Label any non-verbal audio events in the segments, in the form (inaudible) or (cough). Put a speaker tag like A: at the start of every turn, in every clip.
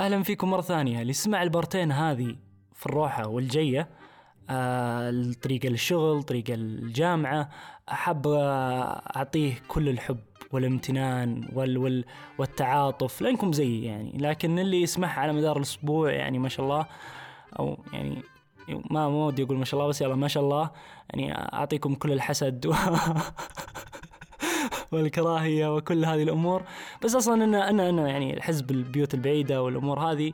A: اهلا فيكم مره ثانيه اللي سمع البارتين هذه في الروحه والجيه آه، الطريقه للشغل طريقه الجامعه حاب اعطيه كل الحب والامتنان وال وال والتعاطف لانكم زيي يعني لكن اللي يسمعها على مدار الاسبوع يعني ما شاء الله او يعني ما ما ودي اقول ما شاء الله بس يلا ما شاء الله يعني اعطيكم كل الحسد و... (laughs) والكراهيه وكل هذه الامور بس اصلا انا انا انا يعني حزب البيوت البعيده والامور هذه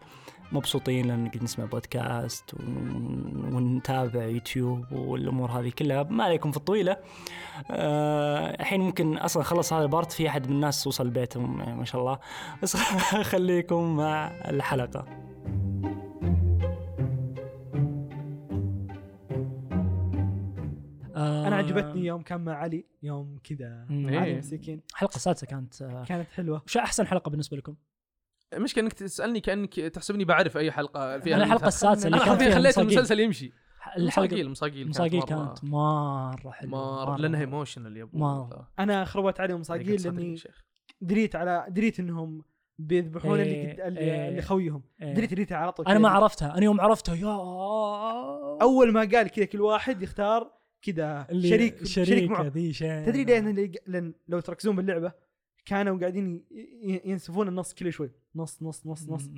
A: مبسوطين لان قد نسمع بودكاست ون- ونتابع يوتيوب والامور هذه كلها ما عليكم في الطويله آه، الحين ممكن اصلا خلص هذا البارت في احد من الناس وصل بيتهم يعني ما شاء الله بس (laughs) خليكم مع الحلقه
B: آه.
C: انا عجبتني يوم كان مع علي يوم كذا
A: آه،
D: إيه.
C: علي مسكين
B: الحلقه السادسه كانت آه،
C: كانت حلوه
B: وش احسن حلقه بالنسبه لكم؟
D: المشكله انك تسالني كانك تحسبني بعرف اي حلقه فيها
C: يعني
B: انا الحلقه
D: المسلسل.
B: السادسه اللي
D: انا
B: كانت
D: حرفيا
B: فيها
D: خليت
B: المساقيل.
D: المسلسل يمشي المصاقيل
B: الحلقه
D: المصاقيل
B: المساقيل
D: مرة-
B: كانت مره حلوه
D: مره لانها
B: إيه.
D: ايموشنال يا ابو
B: مرة.
C: انا خربت عليهم
D: طيب،
C: صاقيل لاني دريت على دريت انهم بيذبحون اللي
B: إيه،
C: قد- اللي
B: إيه.
C: اللي خويهم
B: إيه.
C: دريت دريت على طول
B: انا
C: كذا.
B: ما عرفتها انا يوم عرفتها يا
C: اول ما قال كذا كل واحد يختار كذا
B: اللي- آه.
C: شريك شريك معه
B: ذي شيء
C: تدري ليه أنا اللي- لان لو تركزون باللعبه كانوا قاعدين ي- ي- ينسفون النص كل شوي نص نص نص نص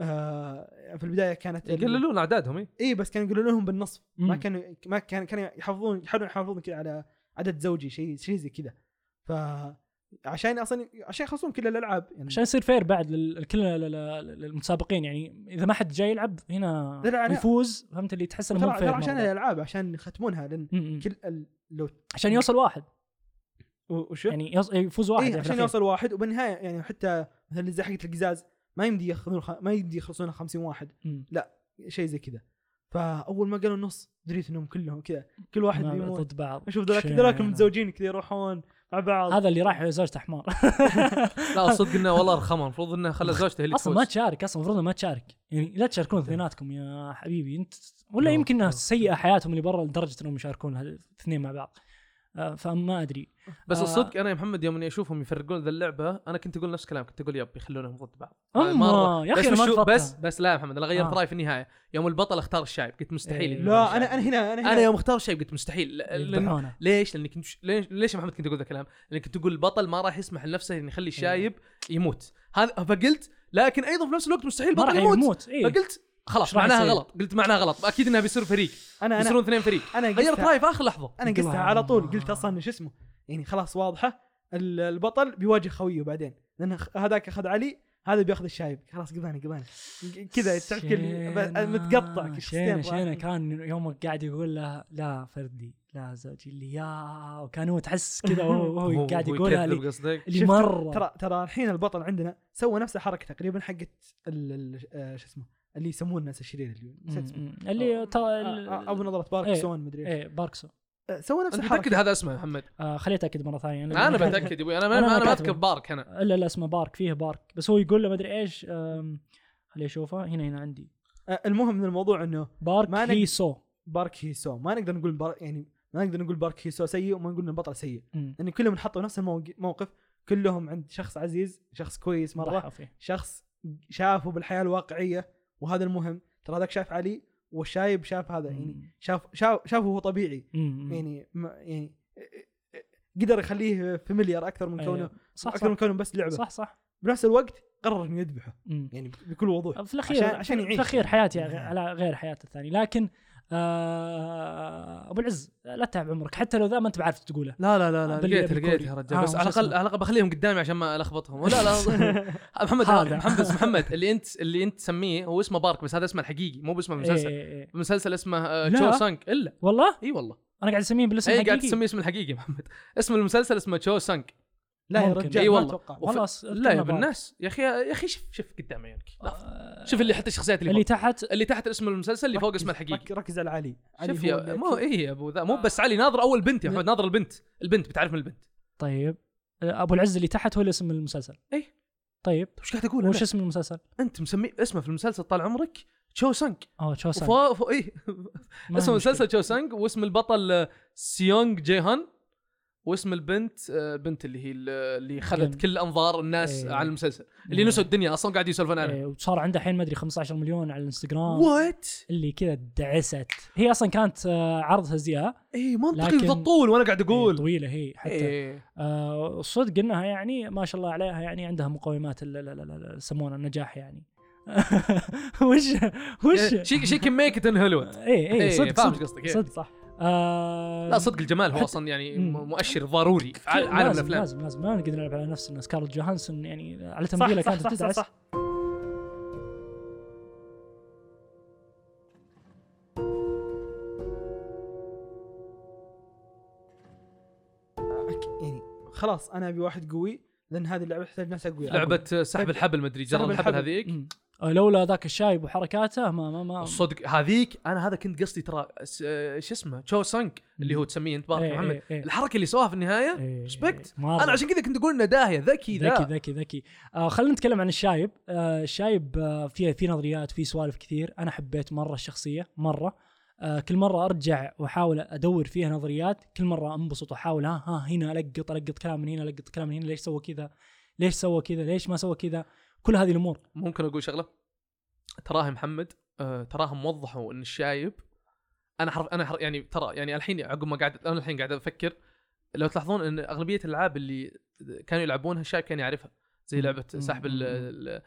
C: آه في البدايه
B: إيه،
C: كانت ال-
D: يقللون اعدادهم اي
C: اي إيه، بس كانوا يقولون لهم بالنصف ما
B: مم.
C: كانوا ما كان كانوا يحافظون يحاولون يحافظون كذا على عدد زوجي شيء شيء زي كذا ف عشان اصلا عشان يخلصون كل الالعاب يعني
B: عشان يصير فير بعد لكل المتسابقين يعني اذا ما حد جاي يلعب هنا
C: لا، لا، لا.
B: يفوز فهمت اللي تحس انه
C: ترى
B: مو
C: ترى
B: فير
C: عشان
B: مرة.
C: الالعاب عشان يختمونها لان
B: مم.
C: كل ال... لو
B: عشان يوصل واحد
C: و- وشو
B: يعني يص- يفوز واحد
C: إيه
B: يعني في
C: عشان
B: الأخير.
C: يوصل واحد وبالنهايه يعني حتى مثلا زي حقت القزاز ما يمدي ياخذون خ... ما يمدي يخلصونها 50 واحد
B: مم.
C: شيء زي كذا فاول ما قالوا نص دريت انهم كلهم كذا كل واحد
B: ما-
C: بيموت
B: ضد بعض
C: اشوف ذولاك
B: شيء.
C: ذولاك متزوجين كذا يروحون مع بعض
B: هذا اللي راح زوجته
C: (laughs)
B: حمار (laughs)
D: لا صدق انه والله رخامه المفروض انه خلى زوجته هي اللي
B: اصلا
D: تفوز
B: ما تشارك اصلا المفروض إنه ما تشارك يعني لا تشاركون اثنيناتكم يا حبيبي انت ولا
D: لا،
B: يمكن انها
D: لا.
B: سيئه حياتهم اللي برا لدرجه انهم يشاركون هذ- الاثنين مع بعض آه، فما ادري
D: بس
B: آه.
D: الصدق انا يا محمد يوم اني اشوفهم يفرقون ذا اللعبه انا كنت اقول نفس كلامك كنت اقول يب يخلونهم ضد بعض
B: أما،
D: مرة.
B: يا أخي
D: بس
B: أنا ما
D: وشو-
B: أتوقع.
D: بس بس لا يا محمد انا غيرت
B: آه.
D: رايي في النهايه يوم البطل اختار الشايب قلت مستحيل
B: إيه.
D: يكون
C: لا
D: الشايب.
C: انا انا هنا انا هنا
D: انا يوم اختار الشايب قلت مستحيل
B: يعني
D: لأن-
B: يذبحونه
D: ليش؟ لانك انت ليش ليش يا محمد كنت اقول ذا الكلام؟ لانك كنت تقول البطل ما راح يسمح لنفسه انه
B: إيه.
D: يخلي الشايب يموت، هذا فقلت لكن ايضا في نفس الوقت مستحيل
B: ما راح
D: البطل يموت،
B: يموت إيه؟
D: فقلت خلاص
B: إيش راح
D: معناها
B: يصير؟
D: غلط، قلت معناها غلط، اكيد انها بيصير فريق،
C: انا انا
D: بيصيرون اثنين فريق،
C: انا
D: غيرت
C: قلتها
D: رايي في اخر لحظه،
C: انا
B: قلتها
C: قلتها
B: عن-
C: على طول قلت اصلا شو اسمه يعني خلاص واضحه ال- البطل بيواجه خويه بعدين لان خ- هذاك اخذ علي هذا بياخذ الشايب خلاص قضاني قضاني كذا تعرف كل-
B: شينا-
C: ب- متقطع
B: شينا
C: كشخصيتين
B: شينا كان يوم قاعد يقول له لا فردي لا زوجي اللي يا وكان هو تحس
C: (laughs)
B: كذا وهو وهو قاعد يقولها
D: يكذب
B: لي
D: قصدك
B: اللي مره
C: ترى ترى الحين البطل عندنا سوى نفس الحركه تقريبا حقت ال- ال- آه، شو اسمه اللي يسمون الناس الشرير اللي نسيت اسمه.
B: مم. اللي ترى
C: آه، آه، ابو نظره
B: إيه.
C: باركسون مدري ايش
B: ايه باركسو
C: آه، سوى نفس
D: انت
C: الحركه
D: متاكد هذا اسمه يا محمد؟
B: آه خليه اتاكد مره ثانيه
D: انا بتاكد يا ابوي انا ما
B: أنا
D: انا, ما
B: كاتبه.
D: اذكر بارك انا
B: الا لا اسمه بارك فيه بارك بس هو يقول له ما ادري ايش أم، خليني اشوفه هنا هنا عندي
C: آه، المهم من الموضوع انه
B: بارك
C: ما أنا-
B: هي سو
C: بارك هيسو ما نقدر نقول بار يعني ما نقدر نقول بارك هيسو سيء وما نقول ان البطل سيء
B: مم.
C: لان كلهم انحطوا نفس الموقف كلهم عند شخص عزيز شخص كويس مره
B: ضحى فيه.
C: شخص شافه بالحياه الواقعيه وهذا المهم ترى هذاك شاف علي والشايب شاف هذا يعني
B: مم.
C: شاف شاف شافه هو طبيعي
B: مم.
C: يعني ما يعني قدر يخليه فاميليار اكثر من كونه
B: أيوه. صح
C: اكثر من
B: صح
C: كونه بس لعبه صح.
B: صح صح
C: بنفس الوقت قرر انه يذبحه
B: مم.
C: يعني بكل وضوح
B: في الاخير
C: عشان- عشان
B: في
C: يعيش. يعني.
B: الاخير حياتي غ- على غير حياه الثاني لكن آه ابو العز لا تتعب عمرك حتى لو ذا ما انت بعرف تقوله
D: لا لا لا
B: باللي-
D: لقيتها
B: بالكوري.
D: لقيتها يا رجال
B: آه،
D: بس على
B: وش
D: الاقل
B: اسمه؟
D: على الاقل بخليهم قدامي عشان ما الخبطهم
B: (laughs)
D: لا لا محمد
B: هذا.
D: محمد محمد اللي انت اللي انت تسميه هو اسمه بارك بس هذا اسمه الحقيقي مو باسمه
B: إيه
D: المسلسل
B: إيه إيه.
D: المسلسل اسمه آه،
B: لا.
D: تشو سانك الا
B: والله
D: اي والله
B: انا قاعد اسميه بالاسم
C: إيه،
D: اي قاعد
B: الحقيقي
D: تسميه اسم الحقيقي محمد اسم المسلسل اسمه تشو سانك
C: لا يا
B: ممكن.
C: رجال
D: إي
C: ما
D: والله.
C: اتوقع
D: وفي-
B: والله أص-
D: لا يا
B: كلمة بارك.
D: بالناس يا اخي يا اخي شوف شوف قدام عيونك لا.
B: آه،
D: شوف اللي حتى الشخصيات اللي
B: اللي
D: فوق
B: تحت
D: اللي تحت اسم المسلسل اللي فوق
C: ركز-
D: اسمه الحقيقي
C: رك- ركز على علي علي
D: شوف
C: هو
D: يا
C: اللي
D: مو
C: أكيد.
D: اي يا ابو ذا مو بس علي ناظر اول بنت يا محمد ناظر البنت البنت بتعرف من البنت
B: طيب آه، ابو العز اللي تحت هو اللي اسم المسلسل
D: إيه.
B: طيب
D: وش قاعد اقول
B: وش
D: أنا؟
B: اسم المسلسل؟
D: انت مسمي اسمه في المسلسل طال عمرك تشو سانك
B: اوه تشو سانج
D: فوق فوق ايه اسم المسلسل تشو سانج واسم البطل آه، سيونغ آه، جيهان واسم البنت آه، بنت اللي هي اللي خذت كل انظار الناس
B: إيه.
D: على المسلسل اللي نسوا الدنيا اصلا قاعد يسولفون عنها
B: إيه، وصار عنده الحين ما ادري 15 مليون على الانستغرام
D: وات
B: اللي كذا دعست هي اصلا كانت آه، عرض هزياء
D: اي إيه، منطقي
B: لكن-
D: ذا الطول وانا قاعد اقول
B: طويله هي حتى
D: إيه.
B: آه، صدق انها يعني ما شاء الله عليها يعني عندها مقومات ال- ال- ال- ال- يسمونها النجاح يعني (laughs) وش
D: إيه،
B: وش
D: شي شي كان ميك ات ان هوليوود
B: اي اي صدق
D: إيه. فاهم ايش
B: صدق
D: قصدك إيه.
B: صدق صح آه،
D: لا صدق الجمال هو اصلا يعني
B: مم.
D: م- مؤشر ضروري على
B: كل-
D: عالم
B: لازم-
D: الافلام
B: لازم لازم ما نقدر نلعب على نفسنا سكارلت جوهانسون يعني على
C: صح
B: تمثيلها
C: صح
B: كانت
C: صح, صح,
B: تدعس
C: صح أك- يعني خلاص انا ابي واحد قوي لان هذه اللعبه تحتاج ناس اقوياء
D: لعبه سحب الحبل مدري
C: سحب
D: جرى الحبل
C: الحبل.
D: هذيك
B: مم. آه، لولا ذاك الشايب وحركاته ما ما ما
D: صدق هذيك انا هذا كنت قصدي ترى س- آه، شو اسمه تشو سانج اللي هو تسميه انت بارك
B: إيه،
D: محمد
B: إيه، إيه.
D: الحركه اللي سواها في النهايه
B: إيه،
D: respect.
B: مرة.
D: انا عشان كذا كنت اقول انه داهيه ذكي
B: ذكي
D: ذا
B: ذكي ذكي آه خلينا نتكلم عن الشايب آه الشايب آه فيه في نظريات في سوالف كثير انا حبيت مره الشخصيه مره آه كل مره ارجع واحاول ادور فيها نظريات كل مره انبسط واحاول ها ها هنا القط القط كلام من هنا القط كلام من هنا ليش سوى كذا ليش سوى كذا ليش ما سوى كذا كل هذه الامور
D: ممكن اقول شغله تراهي محمد آه، تراهم وضحوا ان الشايب انا حرف انا حرف يعني ترى يعني الحين عقب ما قاعد انا الحين قاعد افكر لو تلاحظون ان اغلبيه الالعاب اللي كانوا يلعبونها الشايب كان يعرفها زي لعبه
B: مم.
D: سحب
B: مم.
D: ال- ال-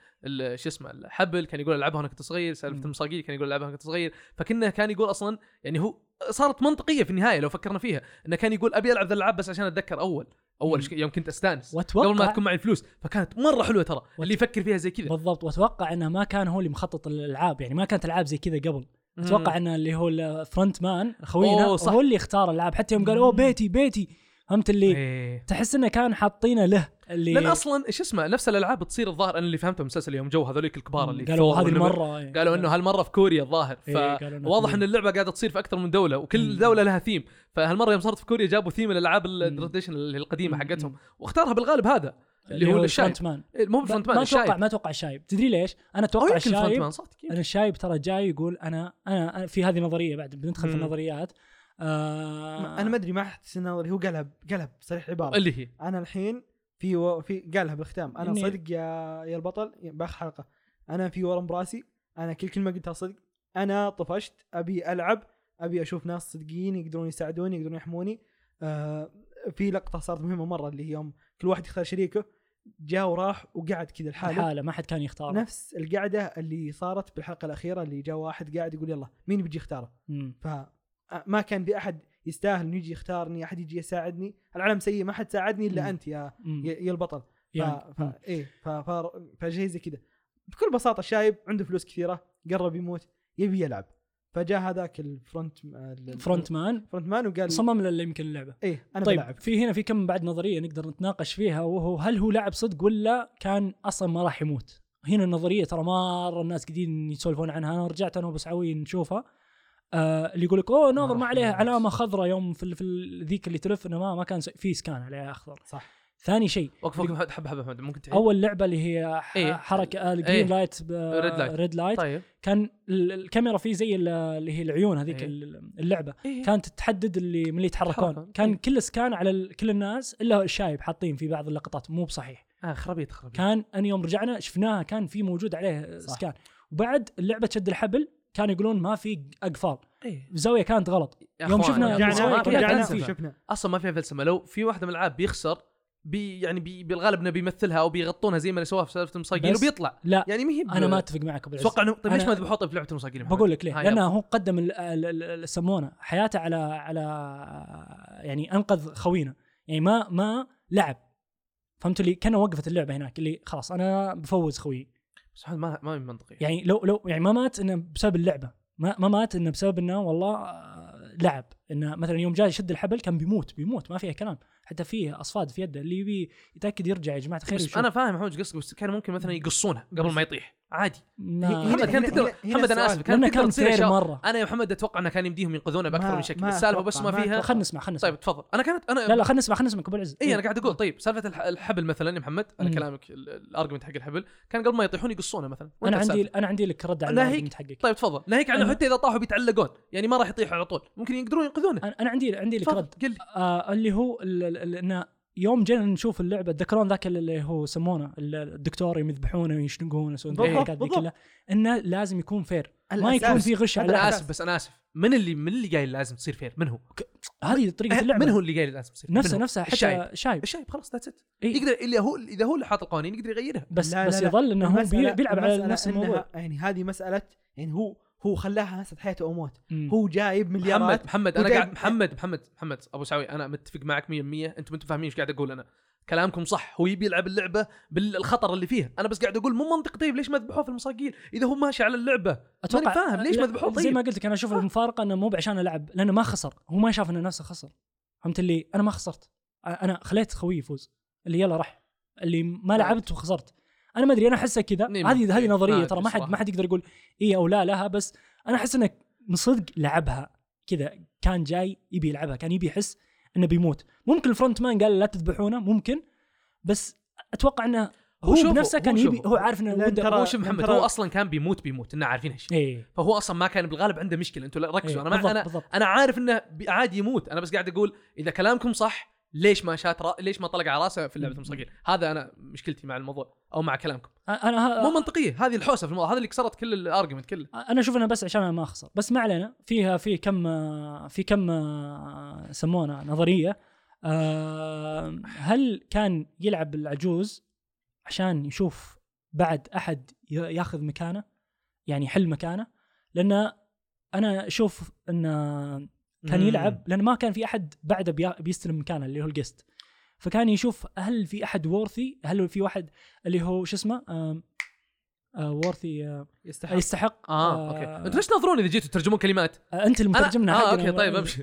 D: ال- شو اسمه الحبل كان يقول العبها وانا كنت صغير
B: مم.
D: سالفه المصاقيل كان يقول العبها وانا كنت صغير فكنا كان يقول اصلا يعني هو صارت منطقيه في النهايه لو فكرنا فيها انه كان يقول ابي العب ذا الالعاب بس عشان اتذكر اول
B: مم.
D: اول شيء يوم كنت استانس
B: واتوقع
D: قبل ما تكون معي الفلوس فكانت مره حلوه ترى اللي يفكر فيها زي كذا
B: بالضبط واتوقع انه ما كان هو اللي مخطط الالعاب يعني ما كانت العاب زي كذا قبل
D: مم.
B: اتوقع انه اللي هو الفرونت مان خوينا
D: أوه، صح.
B: هو اللي اختار الالعاب حتى يوم قال اوه بيتي بيتي فهمت اللي
D: إيه.
B: تحس انه كان حاطينه له اللي
D: لان اصلا ايش اسمه نفس الالعاب تصير الظاهر انا اللي فهمته من المسلسل يوم جو هذوليك الكبار اللي
B: قالوا
D: ثور
B: هذه
D: والنمر-
B: المره إيه.
D: قالوا انه هالمره في كوريا الظاهر
B: إيه، قالوا إنه
D: فواضح
B: كوريا.
D: ان اللعبه قاعده تصير في اكثر من دوله وكل
B: مم.
D: دوله لها ثيم فهالمره يوم صارت في كوريا جابوا ثيم الالعاب
B: مم.
D: التراديشن القديمه
B: مم.
D: حقتهم واختارها بالغالب هذا اللي هو الشايب
B: الفرونت مان
D: إيه، مو
B: ما
D: بالفرونت مان
B: ما اتوقع
D: الشايب
B: ما اتوقع الشايب تدري ليش؟ انا
D: او
B: اتوقع
D: يمكن الفرونت
B: الشايب
D: مان صدق
B: انا الشايب ترى جاي يقول انا انا أنا- في هذه نظريه بعد بندخل في
D: مم.
B: النظريات آه
C: انا ما ادري ما احس انه هو قالها قالها بصريح العباره
D: اللي هي
C: انا الحين في و... في قالها بالختام انا
B: إني-
C: صدق يا يا البطل يا- باخر حلقه انا في ورم براسي انا كل كلمه قلتها صدق انا طفشت ابي العب ابي اشوف ناس صدقين يقدرون يساعدوني يقدرون يحموني آه في لقطه صارت مهمه مره اللي هي يوم كل واحد يختار شريكه جاء وراح وقعد كذا لحاله
B: حاله ما حد كان يختار
C: نفس القعده اللي صارت بالحلقه الاخيره اللي جاء واحد قاعد يقول يلا مين بيجي يختاره فما كان في احد يستاهل انه يجي يختارني احد يجي يساعدني العالم سيء ما حد ساعدني الا
B: مم.
C: انت يا يا يا البطل ف... ف...
B: يعني
C: إيه ف... ف... فشيء زي كذا بكل بساطه الشايب عنده فلوس كثيره قرب يموت يبي يلعب فجاء هذاك الفرونت ال-
B: فرونت مان
C: فرونت مان وقال
B: صمم له اللي يمكن اللعبه
C: ايه انا
B: طيب
C: بلعب
B: في هنا في كم بعد نظريه نقدر نتناقش فيها وهو هل هو لاعب صدق ولا كان اصلا ما راح يموت هنا النظريه ترى مره الناس قاعدين يسولفون عنها انا رجعت انا وابو سعوي نشوفها آه اللي يقول لك اوه ناظر
D: راح
B: ما عليها
D: يموت.
B: علامه خضراء يوم في ال- في ال- ذيك اللي تلف انه ما ما كان س- في سكان عليها اخضر
C: صح.
B: ثاني شيء
D: وقف وقف حب حب حب ممكن تعيد
B: اول لعبه اللي هي ح- آه،
D: إيه.
B: حركه الجرين
D: إيه.
B: لايت
D: Red light.
B: ريد لايت
D: طيب
B: كان ال- الكاميرا فيه زي ال- اللي هي العيون هذيك
D: إيه.
B: ال- اللعبه
D: إيه.
B: كانت تحدد اللي من اللي يتحركون
D: يتحركون.
B: كان
D: إيه.
B: كل سكان على ال- كل الناس الا الشايب حاطين في بعض اللقطات مو بصحيح
D: آه خرابيط خرابيط
B: كان انا يوم رجعنا شفناها كان في موجود عليه صح. سكان وبعد اللعبه شد الحبل كان يقولون ما في اقفال
D: إيه.
B: زاويه كانت غلط
D: يا
B: يوم
D: أخوان،
B: شفنا-
D: يا
B: رجعنا-
D: أخوان، ما
C: رجعنا
D: في
B: رجعنا-
C: رجعنا
D: فلسفة.
B: فيه.
C: شفنا
D: اصلا ما فيها فلسفه لو في واحده من الالعاب بيخسر بي يعني بي بالغالب انه بيمثلها او بيغطونها زي ما اللي سووها في سالفه المصاقيل
B: بس-
D: وبيطلع
B: لا
D: يعني ما هي
B: انا ما اتفق معك ابو العز
D: اتوقع انه طيب ليش
B: أنا-
D: ما ذبحوه طيب في لعبه المصاقيل يا محمد؟
B: بقول لك ليه؟
D: ها،
B: لأنه
D: يلا.
B: هو قدم ال- ال- ال- ال- يسمونه حياته على على يعني انقذ خوينا يعني ما ما لعب فهمت اللي كان وقفت اللعبه هناك اللي خلاص انا بفوز خويي
D: بس هذا ما ما من منطقي
B: يعني لو لو يعني ما مات انه بسبب اللعبه ما ما مات انه بسبب انه والله آه، لعب انه مثلا يوم جاي يشد الحبل كان بيموت بيموت ما فيها كلام حتى فيه اصفاد في يده اللي يبي يتاكد يرجع يا جماعه الخير
D: بس
B: ويشوف.
D: انا فاهم محمد إيش قصدك بس كان ممكن مثلا يقصونه قبل ما يطيح عادي
B: ما
D: محمد كان
C: هنا-
D: تقدر
C: هنا- هنا
D: محمد انا
C: السؤال.
D: اسف كان
B: لانه
D: تقدر
B: كان
D: تصير
B: فير
D: اشياء
B: مره
D: انا يا محمد اتوقع انه كان يمديهم ينقذونه باكثر
C: ما-
D: من شكل
C: ما
D: السالفه بس
C: أتوقع،
D: ما
C: ما
D: فيها
C: أتوقع.
B: خلنا نسمع خلنا نسمع
D: طيب تفضل انا كانت انا
B: لا لا خلنا نسمع خلنا نسمع إيه، ابو العز
D: اي انا قاعد اقول طيب سالفه الح- الحبل مثلا يا محمد على
B: مم.
D: كلامك الارجمنت حق الحبل كان قبل ما يطيحون يقصونه مثلا وانت
B: انا عندي
D: السالفة.
B: انا عندي لك رد على
D: لا هيك.
B: الارجمنت حقك
D: طيب تفضل ناهيك عنه
B: أنا-
D: حتى اذا طاحوا بيتعلقون يعني ما راح يطيحوا على طول ممكن يقدرون ينقذونه
B: انا أنا عندي عندي لك
D: تفضل
B: رد
D: قل لي
B: آه اللي هو ال- ال- ال- انه يوم جينا نشوف اللعبه تذكرون ذاك اللي هو سمونه ال- الدكتور يوم يذبحونه ويشنقونه يسوون
C: بالضبط،
B: الحركات ذي
C: بالضبط.
B: كلها انه لازم يكون فير ما
C: الأساس.
B: يكون في غش على
C: هذا
D: انا
B: اللاعب.
C: الأساس.
D: اسف بس انا اسف من اللي من اللي قايل لازم تصير فير من هو؟
B: هذه طريقه اللعبه
D: من هو اللي قايل لازم تصير فير؟
B: نفسه
D: من هو؟
B: نفسها حتى
D: الشايب.
B: شايب,
D: الشايب خلاص ذاتس ات
B: إيه.
D: يقدر الا هو اذا هو اللي حاط القوانين يقدر يغيرها
B: بس
C: لا-
B: بس
C: لا- لا.
B: يظل انه هو
C: المسألة-
B: بي- بيلعب على
C: المسألة
B: نفس
C: إنها-
B: الموضوع
C: يعني هذه مساله يعني هو هو خلاها مساله حياته وموت
B: مم.
C: هو جايب
B: إيه.
C: مليارات
D: محمد محمد انا
C: وجايب-
D: قاعد محمد محمد محمد ابو سعوي انا متفق معك 100% انتم انتم فاهمين ايش قاعد اقول انا كلامكم صح هو يبي يلعب اللعبه بالخطر اللي فيها انا بس قاعد اقول مو منطق طيب ليش ما ذبحوه في المصاقيل اذا هو ماشي على اللعبه ماني فاهم ليش ما
B: لا،
D: ذبحوه
B: زي
D: طيب
B: ما قلت لك انا اشوف المفارقه انه مو بعشان العب لانه ما خسر هو ما شاف انه نفسه خسر فهمت اللي انا ما خسرت انا خليت خويي يفوز اللي يلا راح اللي ما لعبت وخسرت انا ما ادري انا احسه كذا
D: نعم.
B: هذه هذه
D: إيه، ما
B: نظريه
D: أدري
B: ترى ما حد
D: صراحة.
B: ما حد يقدر يقول اي او لا لها بس انا احس انه من صدق لعبها كذا كان جاي يبي يلعبها كان يبي يحس انه بيموت ممكن الفرونت مان قال لا تذبحونه ممكن بس اتوقع انه
D: هو
B: هو
D: شوفه،
B: بنفسه
D: هو
B: كان يبي
D: شوفه.
B: هو عارف انه
C: لأن
B: وده
C: ترى-
D: هو شوف محمد
C: ترى-
B: يعني
D: هو اصلا كان بيموت بيموت انه عارفين هالشيء
B: ايه
D: فهو اصلا ما كان بالغالب عنده مشكله انتم ركزوا
B: إيه،
D: انا
B: بالضبط
D: ما انا
B: بالضبط
D: انا عارف انه بي- عادي يموت انا بس قاعد اقول اذا كلامكم صح ليش ما شات را... ليش ما طلق على راسه في لعبه المصاقيل هذا انا مشكلتي مع الموضوع او مع كلامكم
B: انا ه-
D: مو منطقيه هذه الحوسه في الموضوع هذا اللي كسرت كل الارجمنت كله
B: انا اشوف انه بس عشان انا ما اخسر بس ما علينا فيها في كم في كم سمونا نظريه آه، هل كان يلعب العجوز عشان يشوف بعد احد ي- ياخذ مكانه يعني يحل مكانه لان انا اشوف انه كان
D: مم.
B: يلعب لان ما كان في احد بعده بيا- بيستلم مكانه اللي هو الجست فكان يشوف هل في احد وورثي هل في واحد اللي هو شو اسمه آم، آه، وورثي آه،
C: يستحق
B: يستحق آه،
D: اه اوكي انتم ليش تنظرون اذا جيتوا تترجمون
B: (laughs)
D: كلمات؟
B: انت المترجم
D: أنا- آه، أوكي،
B: يعني. (laughs)
D: طيب، أمشي.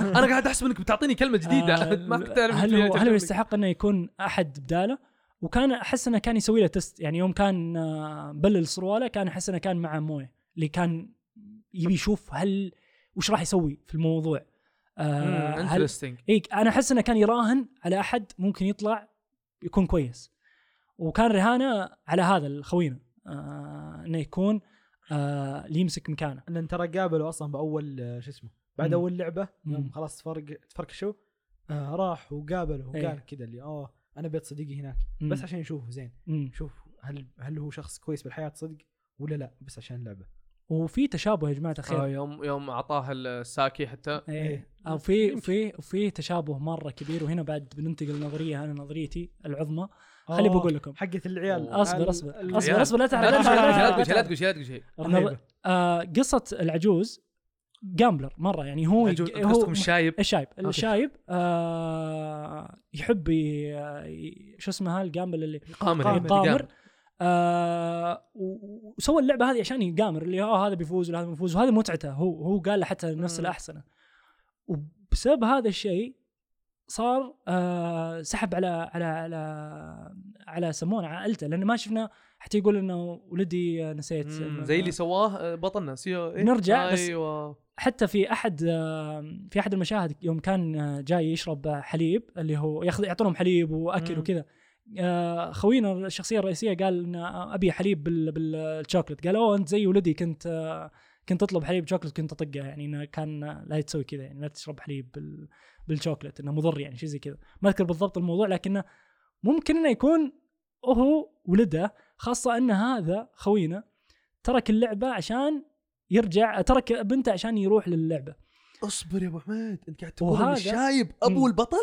D: انا قاعد احسب انك بتعطيني كلمه جديده (laughs) ما كنت اعرف
B: آه، هل
D: إيش
B: هو هل
D: ترجم
B: هو
D: لي.
B: يستحق انه يكون احد بداله وكان احس انه كان يسوي له تست يعني يوم كان آه، بلل سرواله كان احس انه كان معه مويه اللي كان يبي يشوف هل وش راح يسوي في الموضوع آه
D: مم،
B: هل
D: interesting.
B: اي انا احس انه كان يراهن على احد ممكن يطلع يكون كويس وكان رهانه على هذا الخوينا آه انه يكون آه اللي يمسك مكانه
C: لان ترى قابلوا اصلا باول آه، شو اسمه بعد
B: مم.
C: اول لعبه يوم
B: مم.
C: خلاص تفرق تفركشوا آه راح وقابله
B: إيه.
C: وقال كذا اللي اوه انا بيت صديقي هناك
B: مم.
C: بس عشان يشوفه زين
B: مم.
C: شوف هل هل هو شخص كويس بالحياه صدق ولا لا بس عشان اللعبه
B: وفي تشابه يا جماعه الخير
D: آه يوم يوم اعطاه الساكي حتى
B: ايه
C: إيه.
B: او في في في تشابه مره كبير وهنا بعد بننتقل لنظريه انا نظريتي العظمى خلي
C: آه،
B: بقول لكم
C: حقه العيال
D: أوه.
B: أصبر،
C: ال-
B: أصبر،
C: ال-
B: أصبر،
D: العيال.
B: أصبر، لا
D: لا
B: تحرق،
D: تقول شيء، لا تقول
B: تحرق.
D: شيء، لا تقول شيء لا تقول شيء
C: رهيبة.
B: آه قصه العجوز جامبلر مره يعني هو
D: عجوز، أنت
B: هو
D: قصدكم الشايب
B: الشايب
D: أوكي.
B: الشايب آه يحب ي- آه، ي- شو اسمها الجامبل اللي
D: يقامر
C: قامر.
D: يبدي
B: يقامر آه و- وسوى اللعبه هذه عشان يقامر اللي اه هذا بيفوز ولا هذا بيفوز وهذه متعته هو هو قال له حتى نفس
C: مم.
B: الاحسنه وبسبب هذا الشيء صار آه سحب على على على على سمونه على عائلته لانه ما شفنا حتى يقول انه ولدي آه، نسيت
D: مم، زي اللي سواه آه، بطلنا سيو إيه؟
B: نرجع، بس-
D: ايوه
B: حتى في احد آه، في احد المشاهد يوم كان آه، جاي يشرب آه، حليب اللي هو ياخذ يعطونهم حليب واكل
C: مم.
B: وكذا آه، خوينا الشخصيه الرئيسيه قال ان آه، ابي حليب بال- بالشوكلت قال اوه انت زي ولدي كنت آه، كنت اطلب حليب شوكلت كنت اطقه يعني انه كان آه، لا تسوي كذا يعني لا تشرب حليب بال- بالشوكلت انه مضر يعني شيء زي كذا ما اذكر بالضبط الموضوع لكنه ممكن انه يكون هو ولده خاصه ان هذا خوينا ترك اللعبه عشان يرجع ترك بنته عشان يروح للعبه
D: اصبر يا ابو حميد انت قاعد
B: تقول إن وهذا-
D: الشايب
B: أبو مم.
D: البطل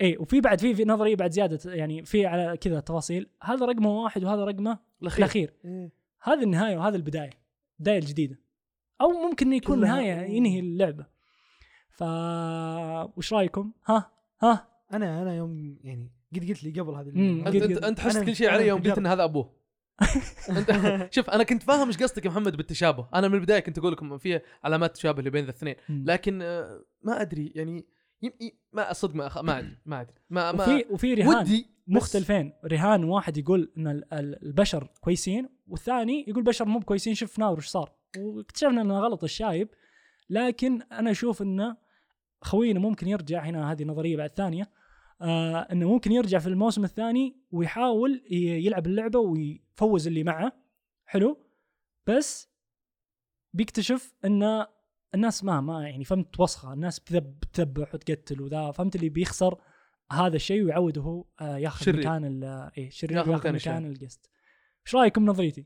B: اي إيه، وفي بعد في في نظريه بعد زياده يعني في على كذا تفاصيل هذا رقمه واحد وهذا رقمه
D: الاخير
B: الاخير
C: إيه.
B: هذه النهايه وهذا البدايه البدايه الجديده او ممكن انه يكون
C: كلها-
B: نهايه ينهي اللعبه ف وش رايكم ها ها
C: انا انا يوم يعني قد قلت لي قبل هذه
B: مم.
D: انت
B: قد-
D: انت
B: قد-
D: انت حست
C: أنا-
D: كل شيء علي
C: أنا
D: يوم قلت
C: انفجرت.
D: ان هذا ابوه انت شوف انا كنت فاهم ايش قصدك يا محمد بالتشابه انا من البدايه كنت اقول لكم فيه علامات تشابه اللي بين الاثنين لكن آه، ما ادري يعني يم- ي- ما صدق ما أخ... ما ادري ما ادري ما ما
B: وفي وفي رهان
D: ودي بس-
B: مختلفين رهان واحد يقول ان ال- ال- البشر كويسين والثاني يقول بشر مو كويسين شوف ناظر وش صار واكتشفنا انه غلط الشايب لكن انا اشوف انه خوينا ممكن يرجع هنا هذه نظريه بعد ثانيه آه انه ممكن يرجع في الموسم الثاني ويحاول ي- يلعب اللعبه ويفوز اللي معه حلو بس بيكتشف ان الناس ما ما يعني فهمت وسخه الناس بتذب تذبح وتقتل وذا فهمت اللي بيخسر هذا الشيء ويعوده هو آه ياخذ
D: شرير.
B: مكان ال- ايه شرير
D: ياخذ
B: ياخذ
D: مكان
B: مكان,
D: الشاي.
B: مكان الجست ايش رايكم (laughs) بنظريتي؟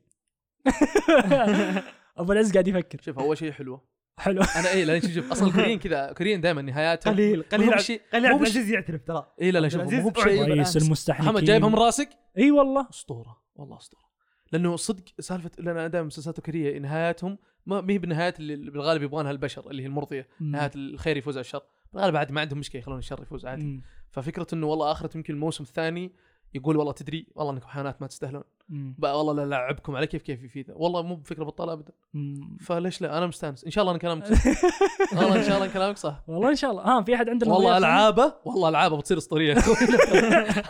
B: ابو العز قاعد يفكر
D: شوف اول شيء حلوه
B: حلو
D: انا اي لان إيه، شوف- شوف اصلا كوريين كذا كوريين دائما نهاياته
C: قليل
D: مو
C: قليل عبد-
D: بشيء-
C: قليل
D: مو
C: عبد
D: بشيء-
C: العزيز يعترف ترى
D: اي لا لا شوف
C: عبد العزيز
D: مو بشيء
C: أعجب.
B: رئيس المستحنكين
D: طيب، محمد جايبها من راسك
B: اي والله
D: اسطوره والله اسطوره لانه صدق سالفه لان دائما مسلسلات كوريه نهاياتهم ما ما هي بنهايات اللي بالغالب يبغانها البشر اللي هي المرضيه نهايه الخير يفوز على الشر بالغالب عاد ما عندهم مشكله يخلون الشر يفوز عادي
B: مم.
D: ففكره انه والله اخرت يمكن الموسم الثاني يقول والله تدري والله انكم حيوانات ما تستاهلون
B: مم.
D: بقى والله لا لعبكم على كيف كيفي في ذا والله مو بفكره بطاله ابدا
B: مم.
D: فليش لا انا مستانس ان شاء الله ان كلامك
B: (laughs)
D: صح والله ان شاء الله ان كلامك صح
B: والله ان شاء الله ها في احد عنده
D: والله
B: نظريات ثانية؟ (laughs)
D: العابه والله العابه بتصير اسطوريه (laughs) يا اخوي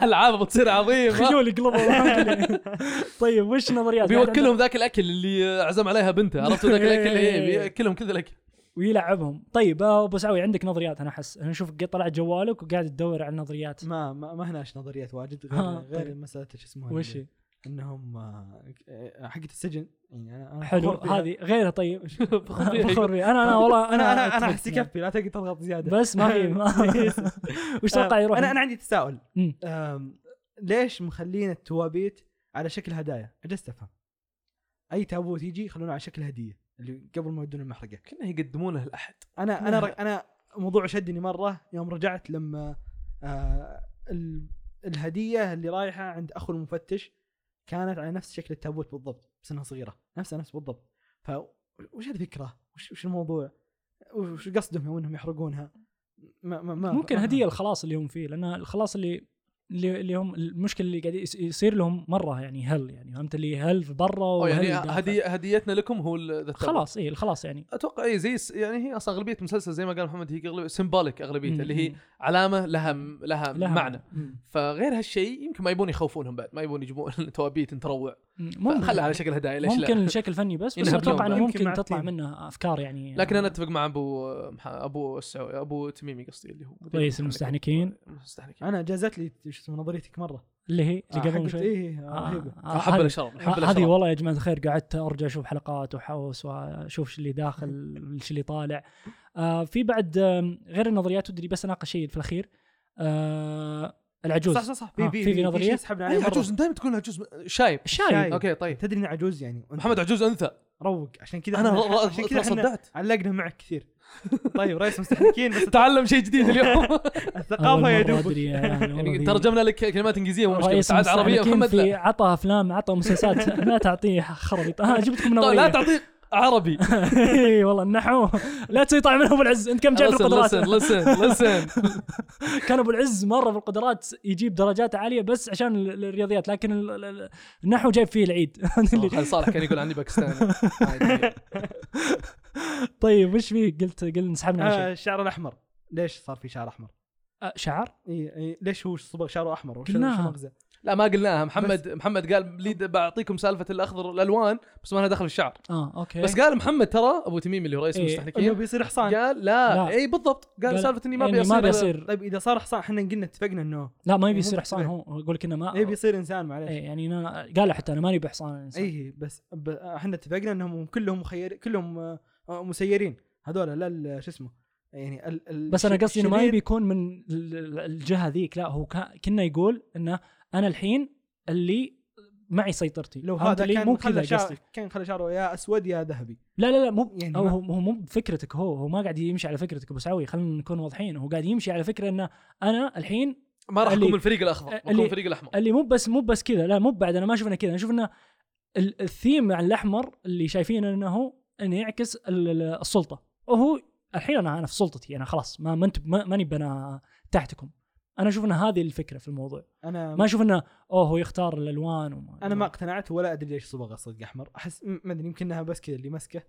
D: العابه بتصير عظيمه
B: خيول يقلبوا (laughs) طيب وش (laughs) نظريات في أحد عنده-
D: بيوكلهم ذاك الاكل اللي عزم عليها
B: (laughs)
D: بنته عرفتوا ذاك الاكل ايه
B: إيه.
D: بياكلهم كل ذا الاكل
B: ويلعبهم طيب آه، ابو سعوي عندك نظريات انا احس انا اشوفك قد طلعت جوالك وقاعد تدور على النظريات
C: ما ما, ما هناش نظريات واجد
B: ها،
C: غير غير
B: طيب.
C: مساله شو اسمه
B: وش
C: اللي-
B: هي؟
C: انهم آه، آه، حقت السجن يعني انا أنا
B: حلو
C: فخور فيها.
B: هذه غيرها
D: (laughs)
B: طيب
D: فخور
B: (laughs)
D: فيها.
B: فخور فيها انا انا
D: (laughs)
B: والله
C: انا انا انا
B: أتفق
C: احس يكفي لا تقدر تضغط زياده
B: بس ما
C: (laughs)
B: في ما- وش تتوقع يروح
C: انا انا عندي تساؤل
B: مم.
C: أم، ليش مخلين التوابيت على شكل هدايا؟ اجلس افهم اي تابوت يجي يخلونه على شكل هديه اللي قبل ما يودون المحرقه
D: كنا يقدمونه لاحد
C: انا
B: نعم.
C: انا رك- انا موضوع شدني مره يوم رجعت لما آه ال- الهديه اللي رايحه عند اخو المفتش كانت على نفس شكل التابوت بالضبط بس انها صغيره نفسها نفس بالضبط ف وش الفكره؟ وش, وش الموضوع؟ وش قصدهم يوم انهم يحرقونها؟ ما ما ما
B: ممكن
C: ما-
B: هديه الخلاص اللي هم فيه لان الخلاص اللي اللي اللي هم المشكله اللي قاعد يس- يصير لهم مره يعني هل يعني فهمت اللي هل في برا
D: او
B: وهل
D: يعني
B: داخل.
D: هديه هديتنا لكم هو ال- ذا التبغ.
B: خلاص اي الخلاص يعني
D: اتوقع اي زي يعني هي اصلا اغلبيه المسلسل زي ما قال محمد هي اغلبيه سمبوليك اغلبيته
B: مم.
D: اللي هي علامه لها لها,
B: لها
D: معنى
B: مم.
D: فغير هالشيء يمكن ما يبون يخوفونهم بعد ما يبون يجيبون (laughs) توابيت تروع
B: مم.
D: خلها على شكل هدايا ليش لا
B: ممكن شكل فني
D: (laughs)
B: بس بس
D: ينهب
B: اتوقع
D: لهم.
B: انه
C: يمكن
B: ممكن
C: مع
B: تطلع
C: التيم.
B: منه افكار يعني
D: لكن انا اتفق مع ابو مح- ابو السعودي ابو تميمي قصدي اللي هو مدير
B: رئيس المستحنكين.
D: المستحنكين
C: انا جازت لي شو اسمه نظريتك مره
B: اللي
D: آه،
B: هي اللي قبل
D: إيه،
B: شوي
C: ايه رهيبه
B: آه،
D: احب
B: هذه-
D: الاشرار احب
B: ه- هذه
D: الاشرار
B: والله يا جماعه الخير قعدت ارجع اشوف حلقات وحوس واشوف ايش اللي داخل ايش اللي طالع آه في بعد آم، غير النظريات ودري بس اناقش شيء في الاخير آه العجوز
C: صح صح صح
B: آه، في-
C: في في
B: في
C: في
B: نظرية؟ أيوة،
C: شيء سحبنا عليه
D: أي
C: مره
D: عجوز دائما تقول عجوز أيوة شايب
B: الشايب
C: شايب.
D: اوكي طيب
C: تدري اني عجوز يعني وأنت
D: محمد عجوز انثى
C: روق عشان كذا
D: انا
C: إحنا-
D: ر- ر-
C: عشان كذا احنا
D: صدعت
C: علقنا معك
B: (laughs)
C: كثير طيب رئيس مستحنكين بس
D: تعلم شيء
C: (laughs)
D: جديد اليوم
C: الثقافه يا دوب آه،
D: يعني
B: يعني
D: ترجمنا لك كلمات انجليزيه مو مشكله
B: رئيس
D: تعال عربيه محمد
B: في
D: لا طيب،
B: عطى افلام عطى مسلسلات لا تعطيه خرابيط آه جبتكم
D: طيب،
B: (laughs) نظريه
D: لا تعطي عربي
B: اي والله النحو لا تسوي طالع من ابو العز انت كم جايب في
D: لسن
B: القدرات
D: لسن لسن لسن
B: (laughs) كان ابو العز مره في القدرات يجيب درجات عاليه بس عشان ال- ال- الرياضيات لكن ال- ال- ال- النحو جايب فيه العيد (laughs) اللي-
D: خالد طيب، صالح كان يقول
B: (laughs)
D: عني باكستاني عادي.
B: طيب وش فيه قلت قلت انسحبنا على
C: آه،
B: شيء
C: الشعر الاحمر ليش صار في شعر احمر؟
B: آه، شعر
C: إي إي ليش هو صبغ شعره احمر؟ وش وش
B: قلناها.
C: مغزى؟
D: لا ما قلناها محمد محمد قال لي د- بعطيكم سالفه الاخضر الالوان بس ما لها دخل في الشعر
B: اه اوكي
D: بس قال محمد ترى ابو تميم اللي هو رئيس
B: إيه.
C: انه
D: المستحنكين
C: بيصير حصان
D: قال لا
B: لا.
D: اي بالضبط قال
B: قال
D: سالفه اني ما
B: يعني ما
D: بيصير إلا-
B: بيصير
C: طيب اذا صار حصان احنا قلنا اتفقنا انه
B: لا ما يبي
C: مو
B: يصير
C: مو
B: حصان هو هو يقول لك انه ما
C: اي بيصير انسان معلش
B: آه. إيه، يعني انا قال حتى انا ماني بحصان أنا إنسان.
C: اي بس ب- احنا اتفقنا انهم كلهم مخير كلهم آه، آه، مسيرين هذول لا ال- شو اسمه يعني ال- ال-
B: بس انا قصدي انه ما
C: الشرير-
B: يبي يكون من ال- ال- الجهه ذيك لا هو كا- كنا يقول انه انا الحين اللي معي سيطرتي
C: لو
B: فهمت
C: هذا
B: لي؟
C: كان
B: مو
C: خلى
B: كذا
C: شعره
B: قصدي
C: كان خلى شعره يا اسود يا ذهبي
B: لا لا لا مو
C: يعني
B: يعني هو
C: ما-
B: هو مو بفكرتك هو هو ما قاعد يمشي على فكرتك ابو سعوي خلينا نكون واضحين هو قاعد يمشي على فكره انه انا الحين
D: ما راح
B: اللي-
D: اكون الفريق الاخضر بكون
B: اللي-
D: الفريق الاحمر
B: اللي مو بس مو بس كذا لا مو بعد انا ما اشوف انه كذا انا اشوف انه ال- الثيم عن الاحمر اللي شايفينه انه هو انه يعكس ال- ال- السلطه وهو الحين انا انا في سلطتي انا خلاص ما ما انت ما- ماني بنا تحتكم انا اشوف ان هذه الفكره في الموضوع
C: انا
B: ما اشوف انه اوه هو يختار الالوان وما
C: انا ما اقتنعت ولا ادري ليش صبغه صدق احمر احس م- ما ادري يمكن انها بس كذا اللي ماسكه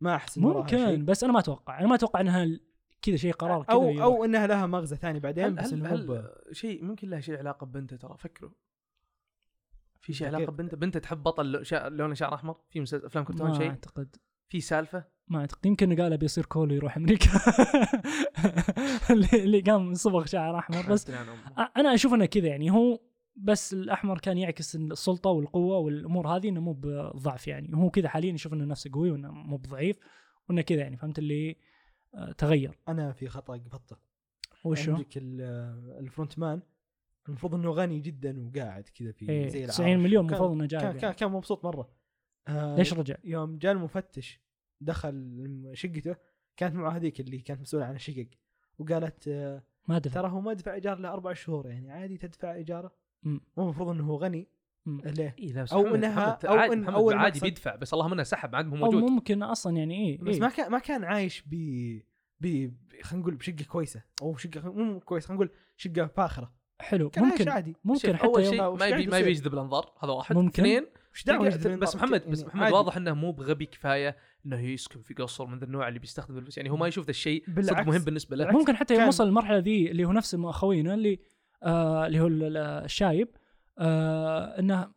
C: ما احس إن وراها
B: ممكن
C: شيء.
B: بس انا ما اتوقع انا ما اتوقع انها ال- كذا شيء قرار كذا أيوة.
C: او
B: يروح.
C: او انها لها مغزى ثاني بعدين
D: هل
C: بس
D: هل,
C: إنه مو ب-
D: هل شيء ممكن لها شيء علاقه ببنته ترى فكروا في شيء
C: دقيق.
D: علاقه بنته بنته تحب بطل لو- شا- لونه شعر احمر في مسلسل افلام كرتون
B: ما
D: شيء
B: اعتقد
D: في سالفه
B: ما اعتقد يمكن قال ابي يصير كولو يروح امريكا (laughs) اللي اللي قام صبغ شعر احمر بس
D: أدري عن أمه.
B: أ- انا اشوف انه كذا يعني هو بس الاحمر كان يعكس السلطه والقوه والامور هذه انه مو بضعف يعني هو كذا حاليا يشوف انه نفسه قوي وانه مو بضعيف وانه كذا يعني فهمت اللي آه، تغير
C: انا في خطا قبضته
B: وشو؟
C: عندك ال- الفرونت مان المفروض انه غني جدا وقاعد كذا في
B: إيه،
C: زي العرب.
B: 90 مليون
C: كان-
B: المفروض انه جايب
C: كان كان,
B: يعني.
C: كان مبسوط مره آه،
B: ليش رجع؟
C: يوم جاء المفتش دخل شقته كانت معه هذيك اللي كانت مسؤوله عن الشقق وقالت آه،
B: ما دفع
C: ترى هو ما دفع ايجار له اربع شهور يعني عادي تدفع ايجاره
B: مم.
C: مو المفروض انه هو غني
B: مم.
C: ليه؟
D: إيه لا بس
C: أو
D: محمد-
C: إنها-
D: محمد
C: أو
D: عادي-
C: إن
D: محمد
C: أول
D: عادي
C: مقصد-
D: بيدفع بس اللهم انه سحب ما عاد مو
B: او
D: موجود
B: ممكن اصلا يعني ايه
C: بس ما
B: إيه.
C: كان ما كان عايش ب ب خلينا نقول بشقه كويسه او شقه مو- مو كويسه خلينا نقول شقه فاخره
B: حلو
C: كان عايش
B: ممكن
C: عادي
B: ممكن
D: شوف،
B: حتى
D: اول
B: يوم
D: شيء
C: وش
D: ما
C: قاعد
D: يبي ما
C: يصير؟
D: يبي يجذب الانظار هذا واحد
B: ممكن.
D: اثنين
C: ايش دعوه
D: تلقى-
C: يجذب الانظار؟
D: بس محمد
C: يعني
D: بس محمد
C: عادي.
D: واضح انه مو بغبي كفايه انه يسكن في قصر من ذا النوع اللي بيستخدم الفلوس يعني هو ما يشوف ذا الشيء صدق
C: بالعكس.
D: مهم بالنسبه له
B: ممكن حتى يوم
C: كان-
B: وصل المرحله ذي اللي هو نفس ما اخوينا اللي آه اللي هو ال- ال- الشايب آه انه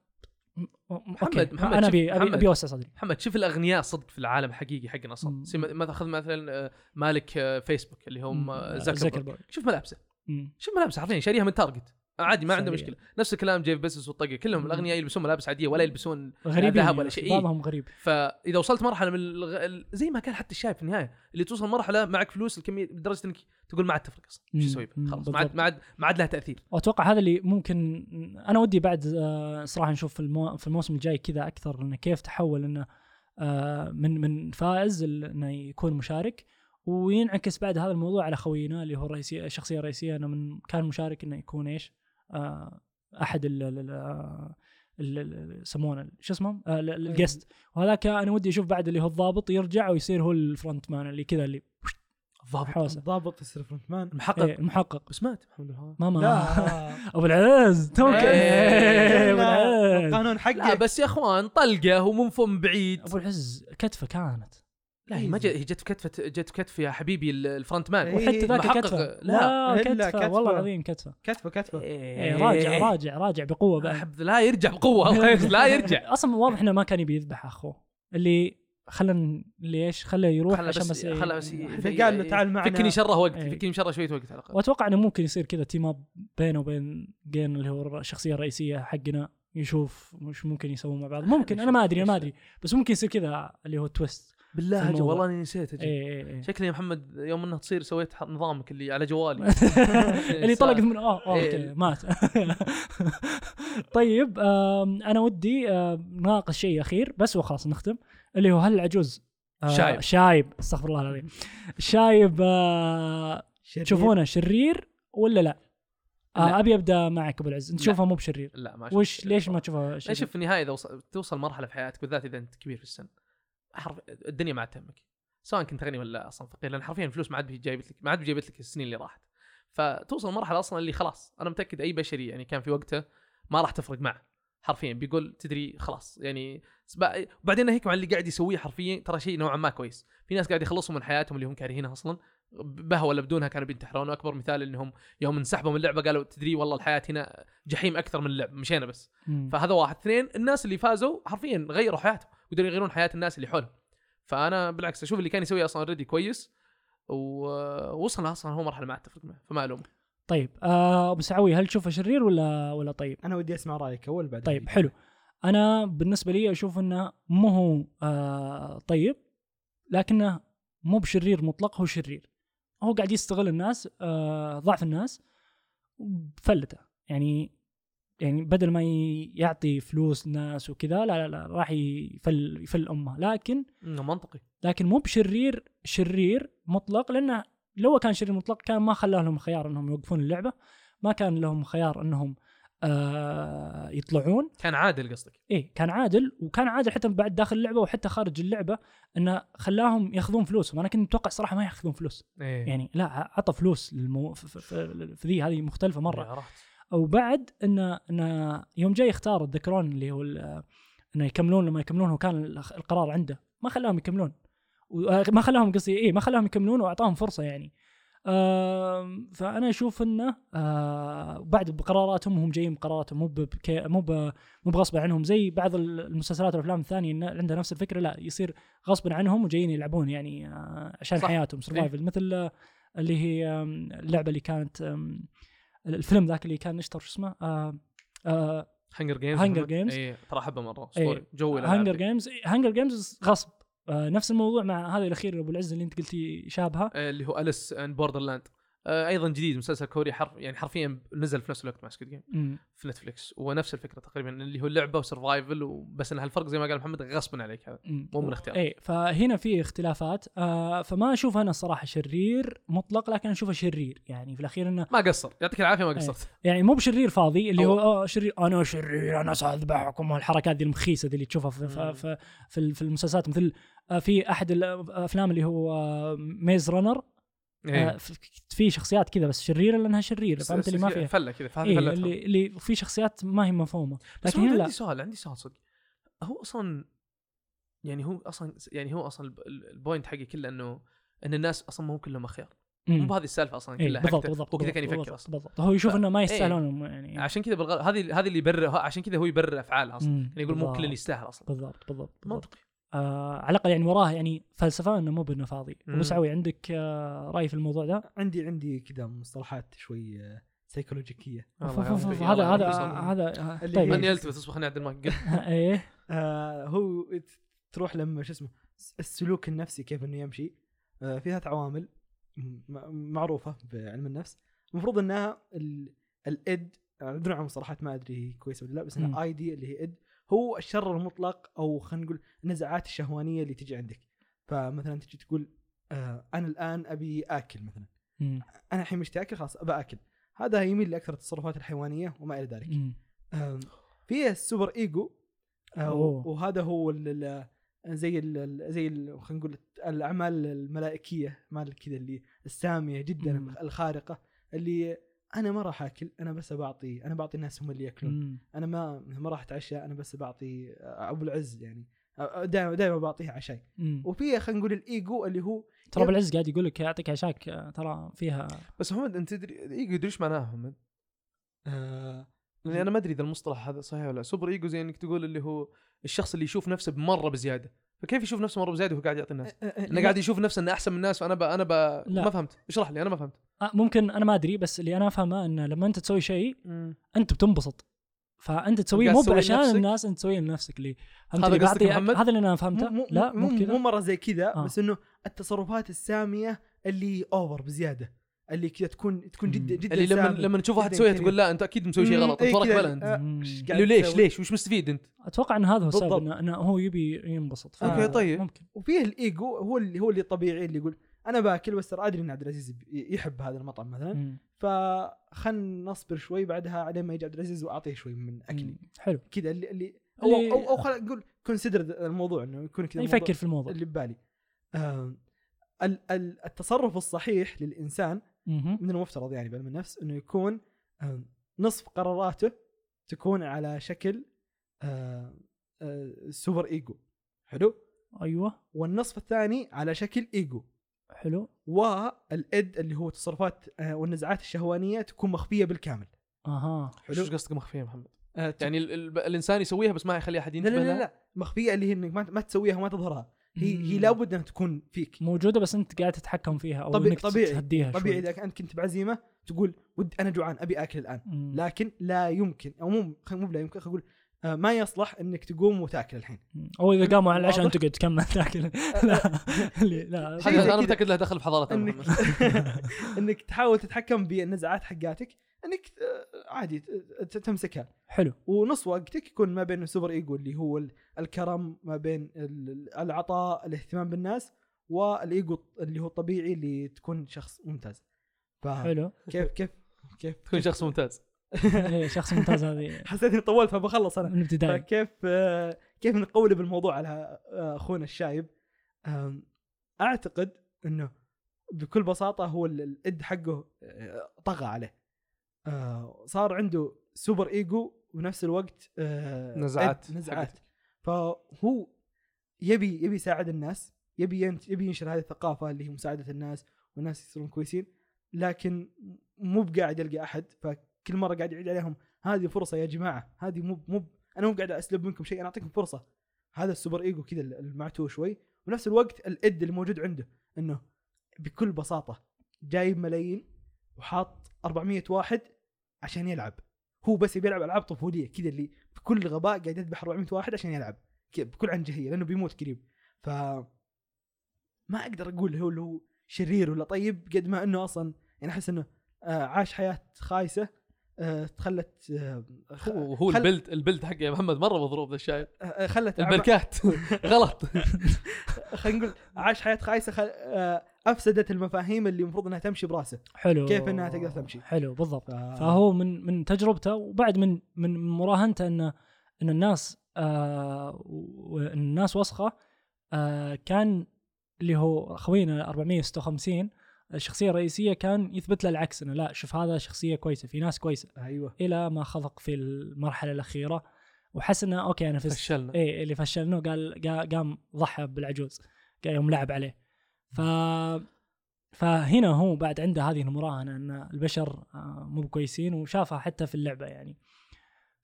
B: م- أوكي.
D: محمد،
B: انا
D: شوف،
B: ابي ابي
D: محمد.
B: ابي اوسع صدري
D: محمد شوف الاغنياء صدق في العالم حقيقي حقنا
B: مم.
D: صدق سي- مثلا خذ مثلا آه، مالك آه، فيسبوك اللي هم آه، زاكربرج
B: زكربرج
D: شوف ملابسه
B: مم.
D: شوف ملابسه حرفيا شاريها من تارجت آه، عادي ما عنده
B: صحيح.
D: مشكله نفس الكلام جيف بيسوس والطقه كلهم
B: مم.
D: الاغنياء يلبسون ملابس عاديه ولا يلبسون
B: غريبين
D: ذهب
B: يا
D: ولا
B: أخي،
D: شيء. إيه.
B: بعضهم غريب
D: فاذا وصلت مرحله من الغ... ال- زي ما كان حتى الشايب في النهايه اللي توصل مرحله معك فلوس الكميه لدرجه انك تقول ما عاد تفرق اصلا
B: مم.
D: شو اسوي
B: مم.
D: بها؟ خلاص ما عاد
B: بالضبط.
D: ما عاد ما عاد لها تاثير
B: واتوقع هذا اللي ممكن انا ودي بعد آه، صراحه نشوف في المو... في الموسم الجاي كذا اكثر انه كيف تحول انه آه، من من فائز ال- انه يكون مشارك وينعكس بعد هذا الموضوع على خوينا اللي هو الرئيسي الشخصيه الرئيسيه انه من كان مشارك انه يكون ايش؟ آه، احد ال ال- ال- ال- ال- يسمونه شو اسمه؟ آه، ال- ال- الجست وهذاك انا ودي اشوف بعد اللي هو الضابط يرجع ويصير هو الفرونت مان اللي كذا اللي
D: الضابط
B: حوسه
C: الضابط يصير فرونت مان
D: المحقق
B: إيه، المحقق
D: بس مات الحمد لله (laughs)
B: ماما
C: لا
B: ابو العز توك (laughs)
D: إيه،
B: ابو العز
C: القانون
D: لا
C: حقك
D: بس يا اخوان طلقه ومن فم بعيد
B: ابو العز كتفه كانت
D: لا هي ما جت هي جت في كتفه جت في كتف يا حبيبي ال- الفرونت مان
C: إيه.
B: وحتى ذاك
D: محقق.
B: كتفه
D: لا.
B: لا, كتفه,
C: إلا كتفه.
B: والله العظيم كتفه
C: كتفه
D: طيب.
C: كتفه
B: إيه راجع راجع راجع بقوه بعد
D: احب لا يرجع (laughs) بقوه الله يرجع- لا يرجع
B: اصلا واضح انه ما كان يبي يذبح اخوه اللي خلنا ليش خله يروح
D: خله
B: عشان
D: بس
B: بس,
D: خله بس إيه،
C: فقال له تعال معنا.
D: فكني شره وقت
B: إيه.
D: فكني شره شويه وقت على الاقل
B: واتوقع انه ممكن يصير كذا تيم اب بينه وبين جين اللي هو الشخصيه الرئيسيه حقنا يشوف وش ممكن يسوون مع بعض ممكن انا ما ادري انا ما ادري بس ممكن يصير كذا اللي هو إيه، تويست
D: بالله
B: في
D: أجل،
B: الموضوع.
D: والله اني نسيت أجل.
B: اي اي اي
D: شكلي يا محمد يوم انها تصير سويت ح- نظامك اللي على جوالي (laughs)
B: اللي طلقت من اه اه
D: إيه.
B: أوكي، مات (laughs) طيب آم، انا ودي آم، ناقش شيء اخير بس وخلاص نختم اللي هو هل العجوز آه،
D: شايب.
B: شايب استغفر الله العظيم شايب آه،
C: شرير.
B: تشوفونه شرير ولا لا؟
D: لا.
B: آه ابي ابدا معك ابو العز انت
D: لا.
B: تشوفه مو بشرير
D: لا ما أشوف
B: وش
D: شيء.
B: ليش ما تشوفه
D: لا
B: شرير؟
D: شوف في النهايه اذا وص- توصل مرحله في حياتك بالذات اذا انت كبير في السن حرف الدنيا ما عاد تهمك سواء كنت غني ولا اصلا فقير لان حرفيا الفلوس ما عاد بي- جايبت لك ما عاد جايبت لك السنين اللي راحت فتوصل مرحله اصلا اللي خلاص انا متاكد اي بشري يعني كان في وقته ما راح تفرق معه حرفيا بيقول تدري خلاص يعني سبا- وبعدين هيك مع اللي قاعد يسويه حرفيا ترى شيء نوعا ما كويس في ناس قاعد يخلصوا من حياتهم اللي هم كارهينها اصلا بها ولا بدونها كانوا بينتحرون واكبر مثال انهم يوم انسحبوا من اللعبه قالوا تدري والله الحياه هنا جحيم اكثر من اللعب مشينا بس
B: مم.
D: فهذا واحد اثنين الناس اللي فازوا حرفيا غيروا حياتهم يقدرون يغيرون حياه الناس اللي حولهم فانا بالعكس اشوف اللي كان يسويه اصلا اوريدي كويس ووصلنا اصلا هو مرحله ما عاد تفرق معه فما الومه
B: طيب آه، ابو سعوي هل تشوفه شرير ولا ولا طيب؟
C: انا ودي اسمع رايك اول بعد
B: طيب حلو انا بالنسبه لي اشوف انه مو هو آه، طيب لكنه مو بشرير مطلق هو شرير هو قاعد يستغل الناس آه، ضعف الناس فلته يعني يعني بدل ما ي- يعطي فلوس ناس وكذا لا لا لا راح يفل يفل امه لكن
D: انه منطقي
B: لكن مو بشرير شرير مطلق لانه لو كان شرير مطلق كان ما خلاه لهم خيار انهم يوقفون اللعبه ما كان لهم خيار انهم آه يطلعون
D: كان عادل قصدك
B: ايه كان عادل وكان عادل حتى بعد داخل اللعبه وحتى خارج اللعبه انه خلاهم ياخذون فلوسهم انا كنت متوقع صراحه ما ياخذون فلوس
D: ايه
B: يعني لا عطى فلوس للمو... في- في- في في ذي هذه مختلفه مره
D: عرفت
B: وبعد انه انه يوم جاي يختار تذكرون اللي هو ال- انه يكملون لما يكملون هو كان الخ- القرار آه، إيه، عنده ما خلاهم يكملون و- ما خلاهم قصدي ايه ما خلاهم يكملون واعطاهم فرصه يعني آم، فانا اشوف انه آه، بعد بقراراتهم هم جايين بقراراتهم مو بك- مو ب- مو بغصب عنهم زي بعض ال- المسلسلات والافلام الثانيه إن عندها نفس الفكره لا يصير غصب عنهم وجايين يلعبون يعني آه، عشان
D: صح.
B: حياتهم سرفايفل مثل آه، اللي هي آم، اللعبه اللي كانت آم، الفيلم ذاك اللي كان نشتر شو اسمه آه، آه،
D: هانجر جيمز
B: Hunger Games.
D: اي ترى احبه مره
B: إيه.
D: اسطوري جوي
B: هانجر جيمز هانجر جيمز غصب آه، نفس الموضوع مع هذا الاخير ابو العز اللي انت قلتي شابهه
D: إيه، اللي هو اليس ان بوردر لاند ايضا آه، جديد مسلسل كوري حرف يعني حرفيا نزل في نفس الوقت مع سكيد جيم
B: مم.
D: في نتفلكس ونفس الفكره تقريبا اللي هو لعبه وسرفايفل وبس ان هالفرق زي ما قال محمد غصب عليك هذا
B: مم.
D: مو من اختيار
B: اي فهنا في اختلافات آه فما اشوف انا صراحه شرير مطلق لكن اشوفه شرير يعني في الاخير انه
D: ما قصر يعطيك العافيه ما قصرت
B: يعني مو بشرير فاضي اللي هو
D: أو-
B: آه شرير انا شرير انا ساذبحكم والحركات ذي المخيسه ذي اللي تشوفها في, في,
D: مم.
B: في, في, ال- في المسلسلات مثل آه، في احد الافلام اللي هو آه، ميز رانر آه،
D: إيه.
B: في- في شخصيات كذا بس شريره لانها شرير فهمت اللي ما فيها
D: فله كذا فهذه
B: إيه
D: فلتها.
B: اللي اللي في شخصيات ما هي مفهومه
D: بس
B: لكن
D: هنا
B: هنا
D: عندي
B: لا
D: سؤال عندي سؤال صدق هو اصلا يعني هو اصلا يعني هو اصلا الب- البوينت حقي كله انه ان الناس اصلا مو كلهم اخيار مو
B: مم.
D: بهذه السالفه اصلا
B: إيه
D: كلها
B: بالضبط
D: حقته.
B: بالضبط
D: هو كذا كان
B: بالضبط،
D: يفكر
B: بالضبط،
D: اصلا
B: بالضبط هو يشوف
D: ف-
B: انه ما
D: إيه.
B: يستاهلون يعني
D: عشان كذا بالغلط هذه هذه اللي يبرر هو- عشان كذا هو يبرر افعاله اصلا
B: مم.
D: يعني يقول مو
B: بالضبط،
D: كل اللي يستاهل اصلا
B: بالضبط بالضبط بالضبط.
D: منطقي
B: آه على الاقل يعني وراه يعني فلسفه انه مو بانه فاضي
D: مم.
B: ابو سعوي عندك آه راي في الموضوع ده
C: عندي عندي كذا مصطلحات شوي آه، سيكولوجيكيه
B: ف-
D: الله
B: ف- ف-
D: يا ربي،
B: هذا هذا
D: يلا يا ربي
C: يصلح.
D: صبرنا.
B: هذا آه،
C: اللي
B: طيب (laughs)
D: ماني
C: هي-
D: التفت اصبح نعدل المايك قل.
B: ايه
C: آه هو ت- تروح لما شو اسمه س- السلوك النفسي كيف انه يمشي آه فيها عوامل م- م- معروفه بعلم النفس المفروض انها ال- آه، الاد ادري عن مصطلحات ما ادري هي كويسه ولا لا بس
B: مم.
C: انها اي دي اللي هي اد هو الشر المطلق او خلينا نقول النزعات الشهوانيه اللي تجي عندك فمثلا تجي تقول آه انا الان ابي اكل مثلا
B: مم.
C: انا الحين مشتاق اكل خلاص ابى اكل هذا يميل لاكثر التصرفات الحيوانيه وما الى ذلك
B: مم.
C: آم، في السوبر ايجو آه،
B: أوه.
C: وهذا هو ال- ال- زي ال زي ال- خلينا نقول الاعمال الملائكيه مال كذا اللي الساميه جدا
B: مم.
C: الخارقه اللي انا ما راح اكل انا بس بعطي انا بعطي الناس هم اللي ياكلون
B: مم.
C: انا ما ما راح اتعشى انا بس بعطي آه، ابو العز يعني دائما دائما بعطيه عشاي
B: مم.
C: وفي خلينا نقول الايجو اللي هو
B: ترى ابو العز قاعد يقول لك اعطيك عشاك آه، ترى فيها
D: بس محمد انت تدري ايجو يدري ايش معناها محمد
C: آه
D: لاني انا ما ادري اذا المصطلح هذا صحيح ولا لا. سوبر ايجو زي انك تقول اللي هو الشخص اللي يشوف نفسه بمره بزياده فكيف يشوف نفسه مره بزياده وهو قاعد يعطي
C: آه،
D: الناس انه قاعد يشوف نفسه انه احسن من الناس وانا ب... انا ب...
B: لا.
D: ما فهمت اشرح لي انا ما فهمت
B: آه ممكن انا ما ادري بس اللي انا افهمه انه لما انت تسوي شيء انت بتنبسط فانت تسويه
D: قاعد
B: مو
D: تسويه
B: عشان
D: لنفسك؟
B: الناس انت تسويه لنفسك اللي فهمت
D: هذا
B: اللي
D: قصدك
B: بعطيك-
D: محمد؟
B: هذا اللي انا
C: مو
B: فهمته
C: مو
B: لا
C: مو,
B: مو
C: مو
B: كذا
C: مره زي كذا
B: آه.
C: آه. بس انه التصرفات الساميه اللي اوفر بزياده اللي كذا تكون تكون جدا
B: مم.
C: جدا
D: اللي لما
C: سامي.
D: لما تشوف واحد
C: جداً
D: يسويها
C: كريه.
D: تقول لا انت اكيد مسوي شيء
C: مم،
D: غلط
C: إيه
D: انت وراك
C: كذا.
D: بلا انت
C: آه،
B: مم.
C: إيش قاعد
D: اللي ليش
C: تسوي؟
D: ليش وش مستفيد انت؟
B: اتوقع ان هذا هو السبب
C: بالضبط.
B: انه إنه هو يبي ينبسط ف-
C: أوكي،
D: طيب.
B: ممكن
C: وفيه الايجو هو اللي هو اللي الطبيعي اللي يقول انا باكل بس ترى ادري ان عبد العزيز ب- يحب هذا المطعم مثلا
B: مم.
C: فخلنا نصبر شوي بعدها على ما يجي عبد العزيز واعطيه شوي من اكلي
B: مم. حلو
C: كذا اللي اللي او
B: اللي-
C: او, أو خلينا نقول كونسيدر الموضوع انه يكون كذا الموضوع-
B: يفكر في الموضوع
C: اللي ببالي آم، ال- ال- التصرف الصحيح للانسان
B: مهم.
C: من المفترض يعني بعلم النفس انه يكون آم، نصف قراراته تكون على شكل آه، آه، سوبر ايجو حلو
B: ايوه
C: والنصف الثاني على شكل ايجو
B: حلو
C: والاد اللي هو تصرفات آه، والنزعات الشهوانيه تكون مخفيه بالكامل
B: اها
C: حلو.
D: وش قصدك مخفيه يا محمد؟
C: آه، تك-
D: يعني ال... ال... الانسان يسويها بس ما يخلي احد
C: لا
D: ينتبه
C: لا لا,
D: لها؟
C: لا مخفيه اللي هي انك ما- ما تسويها وما تظهرها هي هي
B: مم.
C: لابد انها تكون فيك
B: موجوده بس انت قاعد تتحكم فيها او
C: طبيعي-
B: انك
C: طبيعي-
B: تهديها
C: طبيعي
B: شوي.
C: اذا انت كنت بعزيمه تقول ود انا جوعان ابي اكل الان
B: مم.
C: لكن لا يمكن او مو خل- مو لا يمكن خل اقول آه، ما يصلح انك تقوم وتاكل الحين
B: مم. او اذا قاموا على العشاء
C: واضح؟
B: انت تقعد تكمل (laughs) تاكل
C: (laughs)
B: لا اللي- لا (laughs)
C: شيء زي
D: حاجة انا
C: كذا.
D: متاكد لها دخل في حضارتنا
C: (laughs) انك
D: محمد.
C: انك تحاول تتحكم بالنزعات حقاتك انك آه، عادي ت- ت- تمسكها
B: حلو
C: ونص وقتك يكون ما بين السوبر ايجو اللي هو ال- الكرم ما بين ال- العطاء الاهتمام بالناس والايجو اللي هو الطبيعي اللي تكون شخص ممتاز فكيف
B: حلو
C: كيف كيف
D: تكون شخص ممتاز
B: إيه، شخص ممتاز هذه
C: حسيت اني طولت فبخلص انا
B: من البدايه
C: فكيف آه، كيف نقولب الموضوع على آه، اخونا الشايب آم، اعتقد انه بكل بساطه هو ال- الاد حقه آه، طغى عليه آه، صار عنده سوبر ايجو وبنفس الوقت آه،
D: نزعات.
C: إد- نزعات فهو يبي يبي يساعد الناس يبي ين- يبي ينشر هذه الثقافه اللي هي مساعده الناس والناس يصيرون كويسين لكن مو بقاعد القى احد فكل مره قاعد اعيد عليهم هذه فرصه يا جماعه هذه مو مو انا مو قاعد اسلب منكم شيء انا اعطيكم فرصه هذا السوبر ايجو كذا المعتوه شوي ونفس الوقت الاد اللي موجود عنده انه بكل بساطه جايب ملايين وحاط 400 واحد عشان يلعب هو بس يبي يلعب العاب طفوليه كذا اللي بكل غباء قاعد يذبح 400 واحد عشان يلعب كذا بكل عنجهيه لانه بيموت قريب ف ما اقدر اقول هو اللي هو شرير ولا طيب قد ما انه اصلا يعني احس انه آه، عاش حياه خايسه آه، تخلت آه، خ-
D: هو هو
C: خل-
D: البلد البلد حقه يا محمد مره مضروب ذا الشايب
C: آه، خلت أعمى-
D: البركات
C: (laughs)
D: غلط
C: خلينا نقول عاش حياه خايسه خل... آه، افسدت المفاهيم اللي المفروض انها تمشي براسه
B: حلو
C: كيف إنها تقدر تمشي؟ آه.
B: حلو بالضبط
C: ف...
B: فهو من من تجربته وبعد من من مراهنته ان ان الناس آه و- إن الناس وسخه آه كان اللي هو خوينا 456 الشخصيه الرئيسيه كان يثبت له العكس انه لا شوف هذا شخصيه كويسه في ناس كويسه
C: ايوه
B: الى ما خضق في المرحله الاخيره وحس انه اوكي انا فزت
D: فشلنا
B: اي إيه، اللي فشلناه قال قا- قام ضحى بالعجوز قا- يوم لعب عليه ف فهنا هو بعد عنده هذه المراهنه ان البشر آه، مو كويسين وشافها حتى في اللعبه يعني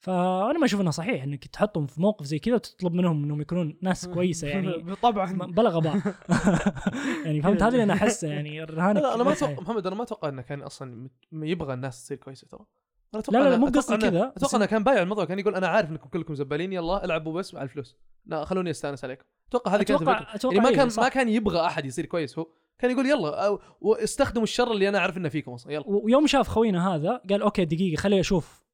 B: فانا ما اشوف انه صحيح انك تحطهم في موقف زي كذا وتطلب منهم انهم يكونون ناس
D: (laughs)
B: كويسه يعني
C: (laughs) طبعا
B: بلا غباء (laughs) يعني فهمت هذا اللي انا احسه يعني الرهانه
D: لا انا ما اتوقع محمد انا ما اتوقع انه كان اصلا مت- يبغى الناس تصير كويسه ترى انا اتوقع
B: لا، لا،
D: إنه-
B: مو
D: أتوقع
B: قصدي
D: إنه-
B: كذا، بس
D: اتوقع انه كان بايع الموضوع كان يقول انا عارف انكم كلكم زبالين يلا العبوا بس على الفلوس لا خلوني استانس عليكم اتوقع هذه كانت الفكره
B: اتوقع اتوقع
D: يعني ما
B: إيه،
D: كان
B: صح.
D: ما كان يبغى احد يصير كويس هو كان يقول يلا أو- واستخدموا الشر اللي انا عارف انه فيكم اصلا يلا
B: ويوم شاف خوينا هذا قال اوكي دقيقه خليني اشوف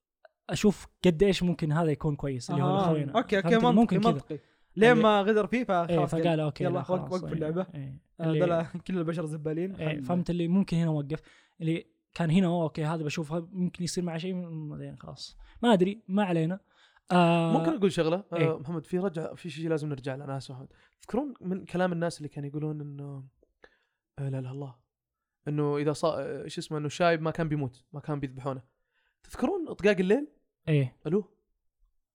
B: اشوف قد ايش ممكن هذا يكون كويس اللي هو
C: آه،
B: خوينا
C: اوكي اوكي
B: فهمت؟
C: منطقي
B: ممكن كذا
C: منطقي لين
B: يعني-
C: ما غدر فيه
B: ايه
C: فخلاص
B: فقال اوكي
C: يلا
B: لا
C: وقف-
B: خلاص،
C: وقف
B: إيه،
C: اللعبة.
B: إيه. اللي-
C: هذول آه، كل البشر زبالين
B: إيه،
C: خل-
B: فهمت اللي ممكن هنا وقف اللي كان هنا أوه، اوكي هذا بشوفها ممكن يصير معه شيء م- بعدين خلاص ما ادري ما علينا آه
D: ممكن اقول شغله آه،
B: إيه.
D: محمد في رجع في شيء لازم نرجع له انا اسف محمد. تذكرون من كلام الناس اللي كانوا يقولون انه آه، لا لا الله انه اذا صا ايش اسمه انه شايب ما كان بيموت ما كان بيذبحونه تذكرون طقاق الليل
B: ايه
D: الو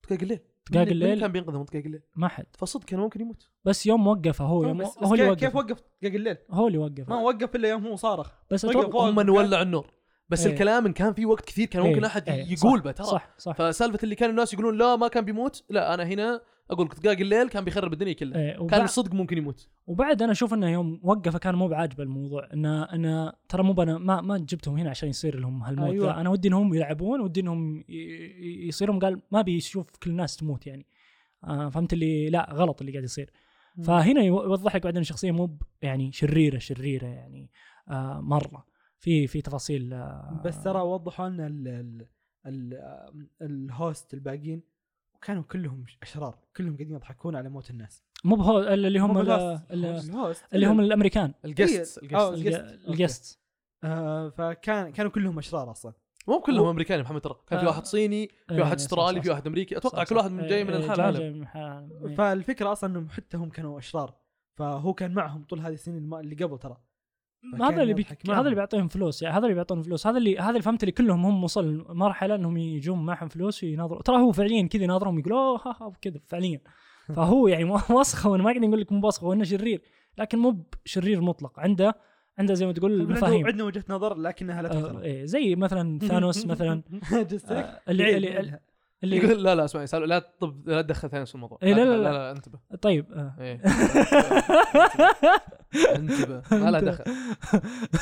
D: طقاق الليل
B: دقاق
D: مين- مين
B: الليل
D: كان بينقذهم طقاق الليل
B: ما حد
D: فصدق كان ممكن يموت
B: بس يوم وقفه هو يوم
C: طيب، بس- بس
B: هو اللي
C: كيف-
B: وقفه
C: كيف وقف دقيق الليل؟
B: هو اللي
C: ما
B: وقفه
C: وقف الا يوم هو صارخ
B: بس
C: وقف
B: اتوقع
C: هو
D: هم
C: كان-
D: نولع النور بس
B: إيه.
D: الكلام ان كان في وقت كثير كان ممكن
B: إيه،
D: احد
B: إيه،
D: يقول
B: صح،
D: به ترى
B: صح صح
D: فسالفه اللي كان الناس يقولون لا ما كان بيموت لا انا هنا اقول لك دقاق الليل كان بيخرب الدنيا كلها
B: إيه، وبعد-
D: كان صدق ممكن يموت
B: وبعد انا اشوف انه يوم وقفه كان مو بعاجبه الموضوع انه انه ترى مو انا ما ما جبتهم هنا عشان يصير لهم هالموت
C: أيوة.
B: أيوة. انا ودي انهم يلعبون ودي انهم ي- ي- يصيرهم قال ما بيشوف كل الناس تموت يعني آه فهمت اللي لا غلط اللي قاعد يصير
C: مم.
B: فهنا يو- يوضح لك بعدين الشخصيه مو ب- يعني شريره شريره يعني آه مره في في تفاصيل آه
C: بس ترى وضحوا لنا ال ال ال الهوست الباقيين وكانوا كلهم اشرار كلهم قاعدين يضحكون على موت الناس
B: مو بهو اللي هم
C: مو
B: ال-
C: بالهوست.
B: ال-
C: الهوست
B: اللي هم الامريكان
D: الجست
C: إيه، آه،
D: الجست
C: الجست.
B: الج- الجست
C: آه، فكان كانوا كلهم اشرار اصلا
D: مو كلهم
B: و-
D: امريكان يا محمد ترى كان في
B: آه.
D: واحد صيني في
B: إيه،
D: واحد
B: صح،
D: استرالي
B: صح،
D: في واحد امريكي اتوقع
B: صح،
D: كل
B: صح.
D: واحد من جاي من
B: إيه،
D: الحال
B: جاي-
D: العالم
B: جاي من الحال. إيه.
C: فالفكره اصلا انهم حتى هم كانوا اشرار فهو كان معهم طول هذه السنين الم- اللي قبل ترى
B: هذا اللي
C: يضحك
B: بيك...
C: معهم.
B: هذا اللي بيعطيهم فلوس يعني هذا اللي بيعطون فلوس هذا اللي هذا اللي فهمت اللي كلهم هم وصل مرحله انهم يجون معهم فلوس ويناظروا ترى هو فعليا كذا يناظرهم يقول اوه ها ها كذا فعليا فهو يعني مو- (laughs) وسخه وانا ما قاعد اقول لك مو بوسخه وانه شرير لكن مو بشرير مطلق عنده عنده زي ما تقول
C: يقول عنده-
B: مفاهيم
C: عندنا وجهه نظر لكنها لا
B: آه
C: تحترم
B: إيه زي مثلا
C: (laughs)
B: ثانوس مثلا
C: جست لك؟
B: آه اللي
C: عيد
B: اللي,
C: منها.
B: اللي
D: يقول لا لا اسمعي سالوا لا طب لا تدخل ثاني في الموضوع
B: إيه، لا، لا،
D: لا
B: لا.
D: لا انتبه
B: طيب آه (laughs)
D: إيه. انتبه ما لا دخل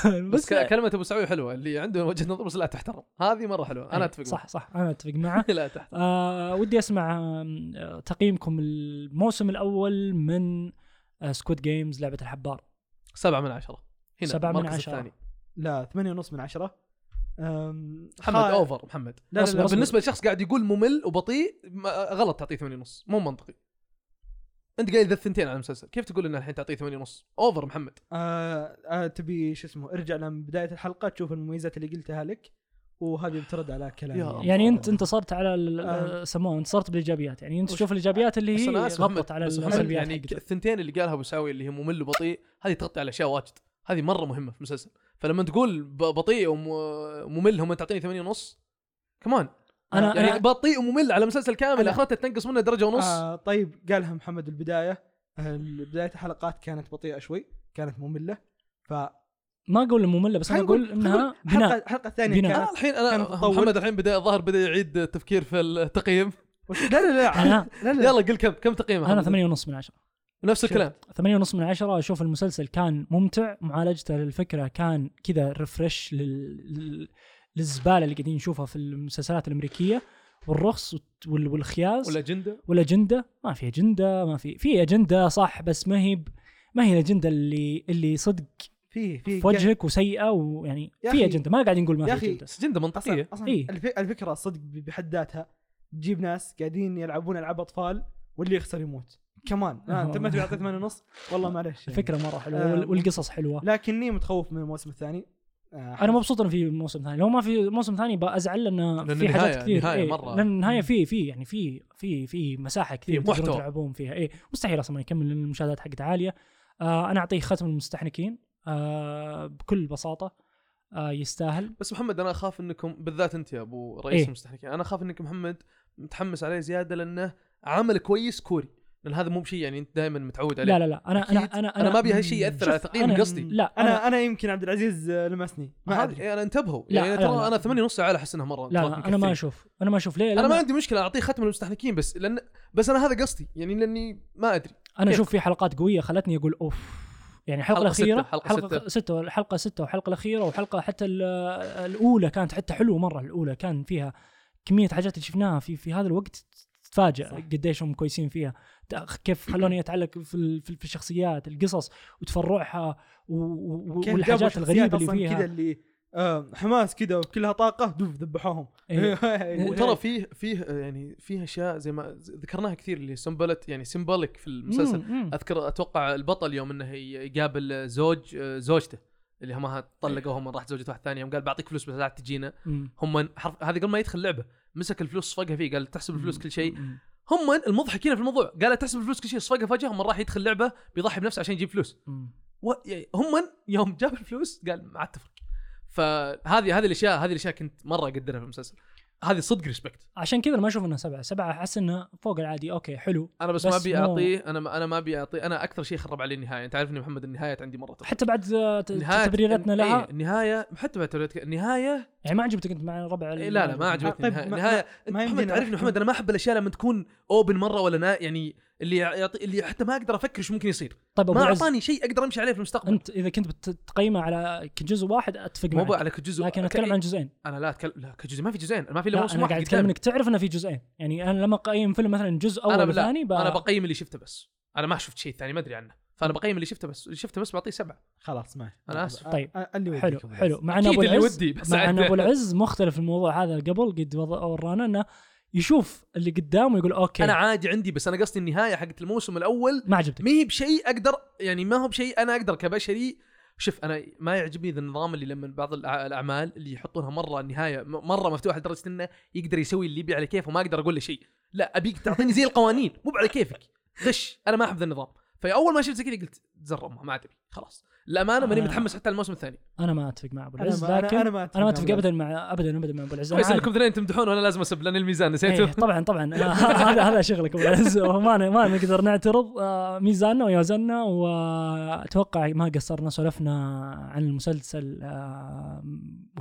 D: بس
B: بس
D: ك- كلمه ابو سعود حلوه اللي عنده وجهه نظر بس لا تحترم هذه مره حلوه انا
B: إيه،
D: اتفق
B: صح صح انا اتفق معه
D: معك. (laughs) لا تحترم
B: آه ودي اسمع آم، آه، تقييمكم الموسم الاول من آه، سكوت جيمز لعبه الحبار
D: سبعه من عشره هنا
B: سبعة من
D: المركز
B: عشرة.
D: الثاني
C: لا ثمانية ونص من عشرة أم،
D: محمد
C: خا-
D: اوفر محمد
C: لا لا
B: أصبر،
C: لا
B: أصبر.
D: بالنسبه لشخص قاعد يقول ممل وبطيء ما- غلط تعطيه 8 ونص مو منطقي انت قايل ذا الثنتين على المسلسل كيف تقول ان الحين تعطيه 8 ونص اوفر محمد
C: آه، آه، تبي شو اسمه ارجع لما بداية الحلقة تشوف المميزات اللي قلتها لك وهذه بترد على كلامي
D: يا
C: يعني.
D: الله.
B: يعني انت انت صرت على ال-
C: آه.
B: سموه انت صرت بالايجابيات يعني انت
D: وش-
B: تشوف الايجابيات اللي
D: بس
B: هي
D: انا اسف محمد
B: غطت على
D: بس محمد
B: السلبيات
D: يعني
B: يعني
D: الثنتين اللي قالها ابو سعوي اللي هي ممل وبطيء هذه تغطي على اشياء واجد هذه مره مهمه في المسلسل فلما تقول ب- بطيء وممل هم تعطيني 8 ونص كمان
B: انا
D: يعني
B: يعني
D: بطيء وممل على مسلسل كامل
C: أنا-
D: اخرته تنقص منه درجه ونص
C: آه طيب قالها محمد البداية آه، بداية الحلقات كانت بطيئة شوي كانت مملة ف
B: ما اقول ممله بس انا اقول انها بناء
C: الحلقه الحلقه الثانيه
B: بناء.
C: كانت
D: انا الحين
C: كان
D: انا
C: تطور.
D: محمد الحين بدا الظاهر بدا يعيد التفكير في التقييم
C: وش- لا لا لا لا
B: انا
C: لا, لا.
D: يلا قل كم كم تقييمه
B: انا ثمانية ونص من عشرة
D: نفس الكلام
B: ثمانية ونص من عشرة أشوف المسلسل كان ممتع معالجته للفكرة كان كذا ريفرش للزبالة اللي قاعدين نشوفها في المسلسلات الأمريكية والرخص والت- وال- والخياس
D: والاجنده
B: والاجنده ما في اجنده ما في في اجنده صح بس ما هي ب- ما هي الاجنده اللي اللي صدق
C: في في
B: في وجهك وسيئه ويعني
C: يا
B: في
C: أخي-
B: اجنده ما قاعدين نقول ما
C: يا
B: في
C: أخي،
B: اجنده
D: اجنده
C: اصلا
D: منطقيه
C: اصلا
B: إيه.
C: الف- الفكره الصدق ب- بحد ذاتها تجيب ناس قاعدين يلعبون العاب اطفال واللي يخسر يموت كمان لا، انت ما تبي تعطي 8 ونص والله معلش يعني.
B: الفكره مره حلوه
C: آه،
B: وال- والقصص حلوه
C: لكني متخوف من الموسم الثاني آه،
B: انا مبسوط انه في موسم ثاني لو ما في موسم ثاني بزعل لان
D: لأن
B: في حاجات
D: النهاية-
B: كثير
D: النهاية
B: إيه،
D: مرة.
B: لان النهايه في في يعني في في في مساحه كثير
D: محتوى.
B: تقدرون تلعبون فيها اي مستحيل اصلا يكمل لان المشاهدات حقته عاليه آه انا اعطيه ختم المستحنكين آه بكل بساطه آه يستاهل
D: بس محمد انا اخاف انكم بالذات انت يا ابو رئيس
B: إيه.
D: المستحكين انا اخاف انك محمد متحمس عليه زياده لانه عمل كويس كوري لان هذا مو بشيء يعني انت دائما متعود عليه
B: لا لا لا انا
D: أكيد.
B: انا انا
D: أنا ما أبي هالشيء يأثر
B: أمم، شوف،
D: على تقييم
B: أنا-
D: قصدي.
B: لا انا
C: انا انا يمكن عبد العزيز آه، لمسني ما
D: ما
C: ادري
D: هذه انا انتبهوا
B: لا،
D: يعني
B: لا،
D: ترى
B: لا.
D: انا ثمانية ونص على احس انها مره
B: لا
D: مرات
B: لا انا ما
D: مكثرين.
B: اشوف انا ما اشوف ليه
D: انا ما
B: انا
D: عندي مشكله اعطيه ختم المستحنكين بس لان بس انا هذا قصدي يعني لاني ما ادري
B: انا اشوف في حلقات قويه خلتني اقول اوف يعني الحلقه
D: حلقة ستة،
B: الاخيره
D: حلقة
B: حلقه ستة والحلقه ستة والحلقه الاخيره والحلقه حتى ال- الاولى كانت حتى حلوه مره الاولى كان فيها كميه حاجات اللي شفناها في في هذا الوقت تتفاجئ قديش هم كويسين فيها تأخ- كيف خلوني اتعلق في ال- في في الشخصيات القصص وتفرعها و- و-
C: كيف جابوا
B: والحاجات
C: شخصيات
B: الغريبه اللي
C: اصلا كذا
B: فيها
C: اللي آه، حماس كذا وكلها طاقه دوف ذبحوهم (laughs)
B: إيه.
D: وترى فيه فيه آه، يعني فيه اشياء زي ما ذكرناها كثير اللي سمبلت يعني سمبوليك في المسلسل
B: مم،
D: (laughs)
B: مم.
D: اذكر اتوقع البطل يوم انه ي- يقابل زوج آه، زوجته اللي هم طلقوها من راحت زوجته واحده ثانيه يوم قال بعطيك فلوس بس لا تجينا
B: مم.
D: هم حرف هذا قبل ما يدخل لعبه مسك الفلوس صفقها فيه قال تحسب الفلوس كل شيء
B: مم.
D: هم المضحك هنا في الموضوع قال تحسب الفلوس كل شيء صفقها فجاه هم راح يدخل لعبه بيضحي بنفسه عشان يجيب فلوس
B: مم.
D: و... يعني هم يوم جاب الفلوس قال ما عاد تفرق فهذه هذه الاشياء هذه الاشياء كنت مره اقدرها في المسلسل هذه صدق ريسبكت
B: عشان كذا ما اشوف انها سبعه سبعه احس انها فوق العادي اوكي حلو
D: انا بس,
B: بس
D: ما ابي
B: مو-
D: اعطيه انا ما انا ما ابي اعطيه انا اكثر شيء خرب علي النهايه انت عارف اني محمد النهايات عندي مره
B: حتى بعد آه، ت-
D: نهاية-
B: تبريراتنا لها
D: إيه النهايه حتى بعد تبريراتك- النهايه
B: يعني ما عجبتك انت مع ربع
D: إيه لا لا ما
C: طيب،
D: عجبتني النهايه
C: ما-
D: النهايه
C: ما
D: محمد
C: يمدينا
D: تعرفني
C: نحكم.
D: محمد انا ما احب الاشياء لما تكون اوبن مره ولا نا يعني اللي يعطي اللي حتى ما اقدر افكر ايش ممكن يصير
B: طيب ابو
D: ما
B: العز
D: اعطاني شيء اقدر امشي عليه في المستقبل
B: انت اذا كنت بتقيمه على كجزء واحد اتفق
D: مو
B: معك
D: على كجزء
B: لكن اتكلم عن جزئين
D: انا لا اتكلم لا كجزء ما في جزئين ما في الا
B: لا
D: موسم
B: انا قاعد
D: واحد
B: اتكلم
D: قدامي.
B: انك تعرف انه في جزئين يعني انا لما اقيم فيلم مثلا جزء
D: أنا
B: اول
D: لا،
B: وثاني ب...
D: انا بقيم اللي شفته بس انا ما شفت شيء ثاني ما ادري عنه فانا بقيم اللي شفته بس اللي شفته بس بعطيه سبعه
C: خلاص ماشي
D: أنا آسف.
B: طيب.
C: آه، اللي وديك
B: حلو
C: أبو العز.
B: حلو مع ان
D: أكيد
B: ابو
D: اللي
B: العز
D: ودي، بس
B: مع ان
D: عاد-
B: ابو العز مختلف في الموضوع هذا قبل قد وض- ورانا انه يشوف اللي قدامه يقول اوكي
D: انا عادي عندي بس انا قصدي النهايه حقت الموسم الاول
B: ما عجبتك
D: ما هي بشيء اقدر يعني ما هو بشيء انا اقدر كبشري شوف انا ما يعجبني ذا النظام اللي لما بعض الأع- الاعمال اللي يحطونها مره النهايه م- مره مفتوحه لدرجه انه يقدر يسوي اللي يبي على كيفه وما اقدر اقول له شيء لا ابيك تعطيني زي القوانين مو على كيفك غش انا ما احب ذا النظام فاول ما شفت زي كذا قلت تزر امها ما تبي خلاص الامانه ماني
B: أنا-
D: متحمس حتى الموسم الثاني
B: انا ما اتفق مع ابو
C: انا
B: العز
C: ما
B: لكن
C: انا ما
B: انا ما
C: مع
B: اتفق
C: أبو العز.
B: ابدا مع ابدا ابدا مع ابو العز أنا
D: كويس
B: عادي.
D: انكم اثنين تمدحون وانا لازم اسب لان الميزان نسيته
B: ايه طبعا طبعا آه، هذا هذا شغلك (laughs) ابو العز وما ن- ما نقدر نعترض آه، ميزاننا ويوزننا واتوقع ما قصرنا سولفنا عن المسلسل آه،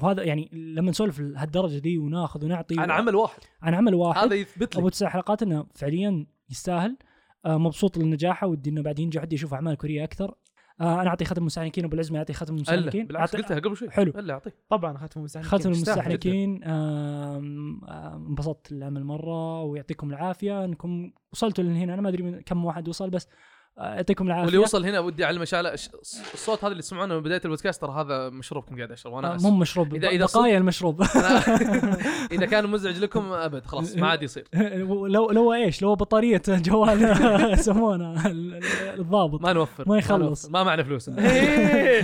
B: وهذا يعني لما نسولف لهالدرجه دي وناخذ ونعطي
D: عن عمل واحد
B: عن عمل واحد
D: هذا يثبت
B: ابو
D: لي
B: تسع حلقات انه فعليا يستاهل آه، مبسوط لنجاحه ودي انه بعد ينجح ودي يشوف اعمال كوريه اكثر آه، انا اعطي ختم المستحنكين ابو العز ما يعطي ختم
D: الا
B: المستحنكين
D: بالعكس
B: أعطي-
D: قلتها قبل شوي
B: حلو.
D: الا اعطيه
C: طبعا ختم المستحنكين
B: ختم
C: يستاهل.
B: المستحنكين آم، آم، انبسطت العمل مره ويعطيكم العافيه انكم وصلتوا لهنا انا ما ادري من كم واحد وصل بس آه، يعطيكم العافيه
D: واللي وصل هنا ودي اعلم شعلة الصوت هذا اللي تسمعونه من بدايه البودكاست ترى هذا مشروب كنت قاعد اشربه
B: آه،
D: وانا
B: مو
D: اسف
B: مشروب
D: إذا-
B: إذا إذا
D: إذا
B: بقايا المشروب (laughs)
D: (laughs) أنا- اذا كان مزعج لكم ابد خلاص ما عاد يصير
B: لو لو ايش لو بطاريه جوال يسمونه ال- ال- الضابط
D: ما نوفر
B: ما يخلص. آه.
D: نوفر. ما معنا
B: (laughs)
D: فلوس
C: إيه.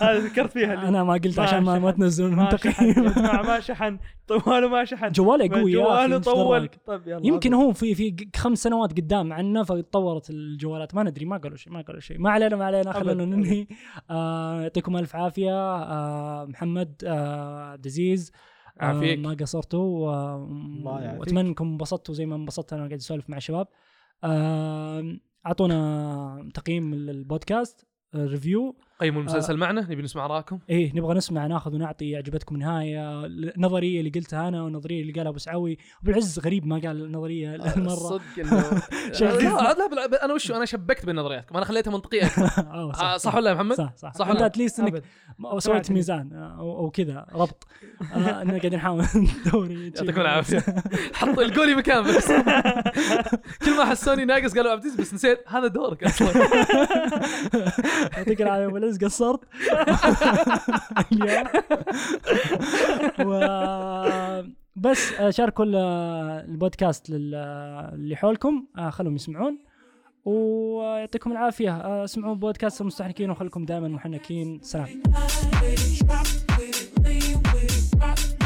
C: هذا ذكرت فيها اللي-
B: انا ما قلت
C: ما
B: عشان ما, ما
C: شحن.
B: تنزلون
C: ما شحن يا
B: تقييم (laughs)
C: جماعة، ما شحن طواله ما شحن
B: جواله قوي يا أخي،
C: جواله
B: إيش
C: طول
B: دراك؟
C: طيب يلا
B: يمكن
C: أبد.
B: هو في في ق- خمس سنوات قدام عنا فتطورت الجوالات ما ندري ما قالوا شيء ما قالوا شيء ما علينا ما علينا خلونا
C: أبد،
B: ننهي آه يعطيكم الف عافيه آه محمد آه عبد العزيز آه،
D: عافيك.
B: ما قصرتوا آه،
C: الله يعافيك.
B: واتمنى انكم انبسطتوا زي ما انبسطت انا قاعد اسولف مع الشباب آه، اعطونا تقييم البودكاست آه، ريفيو
D: قيموا المسلسل طيب، معنا نبي
B: (laughs)
D: نسمع رايكم
B: ايه نبغى نسمع ناخذ ونعطي عجبتكم النهايه النظريه اللي قلتها انا والنظريه اللي قالها ابو سعوي ابو العز غريب ما قال النظريه
C: آه،
B: المره
D: صدق انه
B: (laughs) شيء
D: لا عاد لا بالعكس، انا وش انا شبكت بين نظرياتكم انا خليتها منطقيه أكثر.
B: آه،
D: آه، صح ولا يا محمد؟
B: (laughs) صح صح,
D: صح
B: صح
D: ولا
B: انت
D: لا؟
B: اتليست انك
C: أبد.
B: أو
C: سمعت
B: سويت
C: مني.
B: ميزان آه، او او كذا ربط آه، اننا قاعدين (laughs) نحاول ندور (laughs)
D: يعطيكم العافيه حطوا القولي مكان بس كل ما حسوني ناقص قالوا عبد العزيز بس نسيت هذا
B: (laughs)
D: دورك اصلا
B: يعطيك العافيه ابو العز قصرت (laughs) اليوم و بس آه، شاركوا ال- البودكاست لل- اللي حولكم آه، خلهم يسمعون ويعطيكم العافيه آه، اسمعوا بودكاست المستحنكين وخلكم دائما محنكين سلام
E: Rock with it, lean with it, rock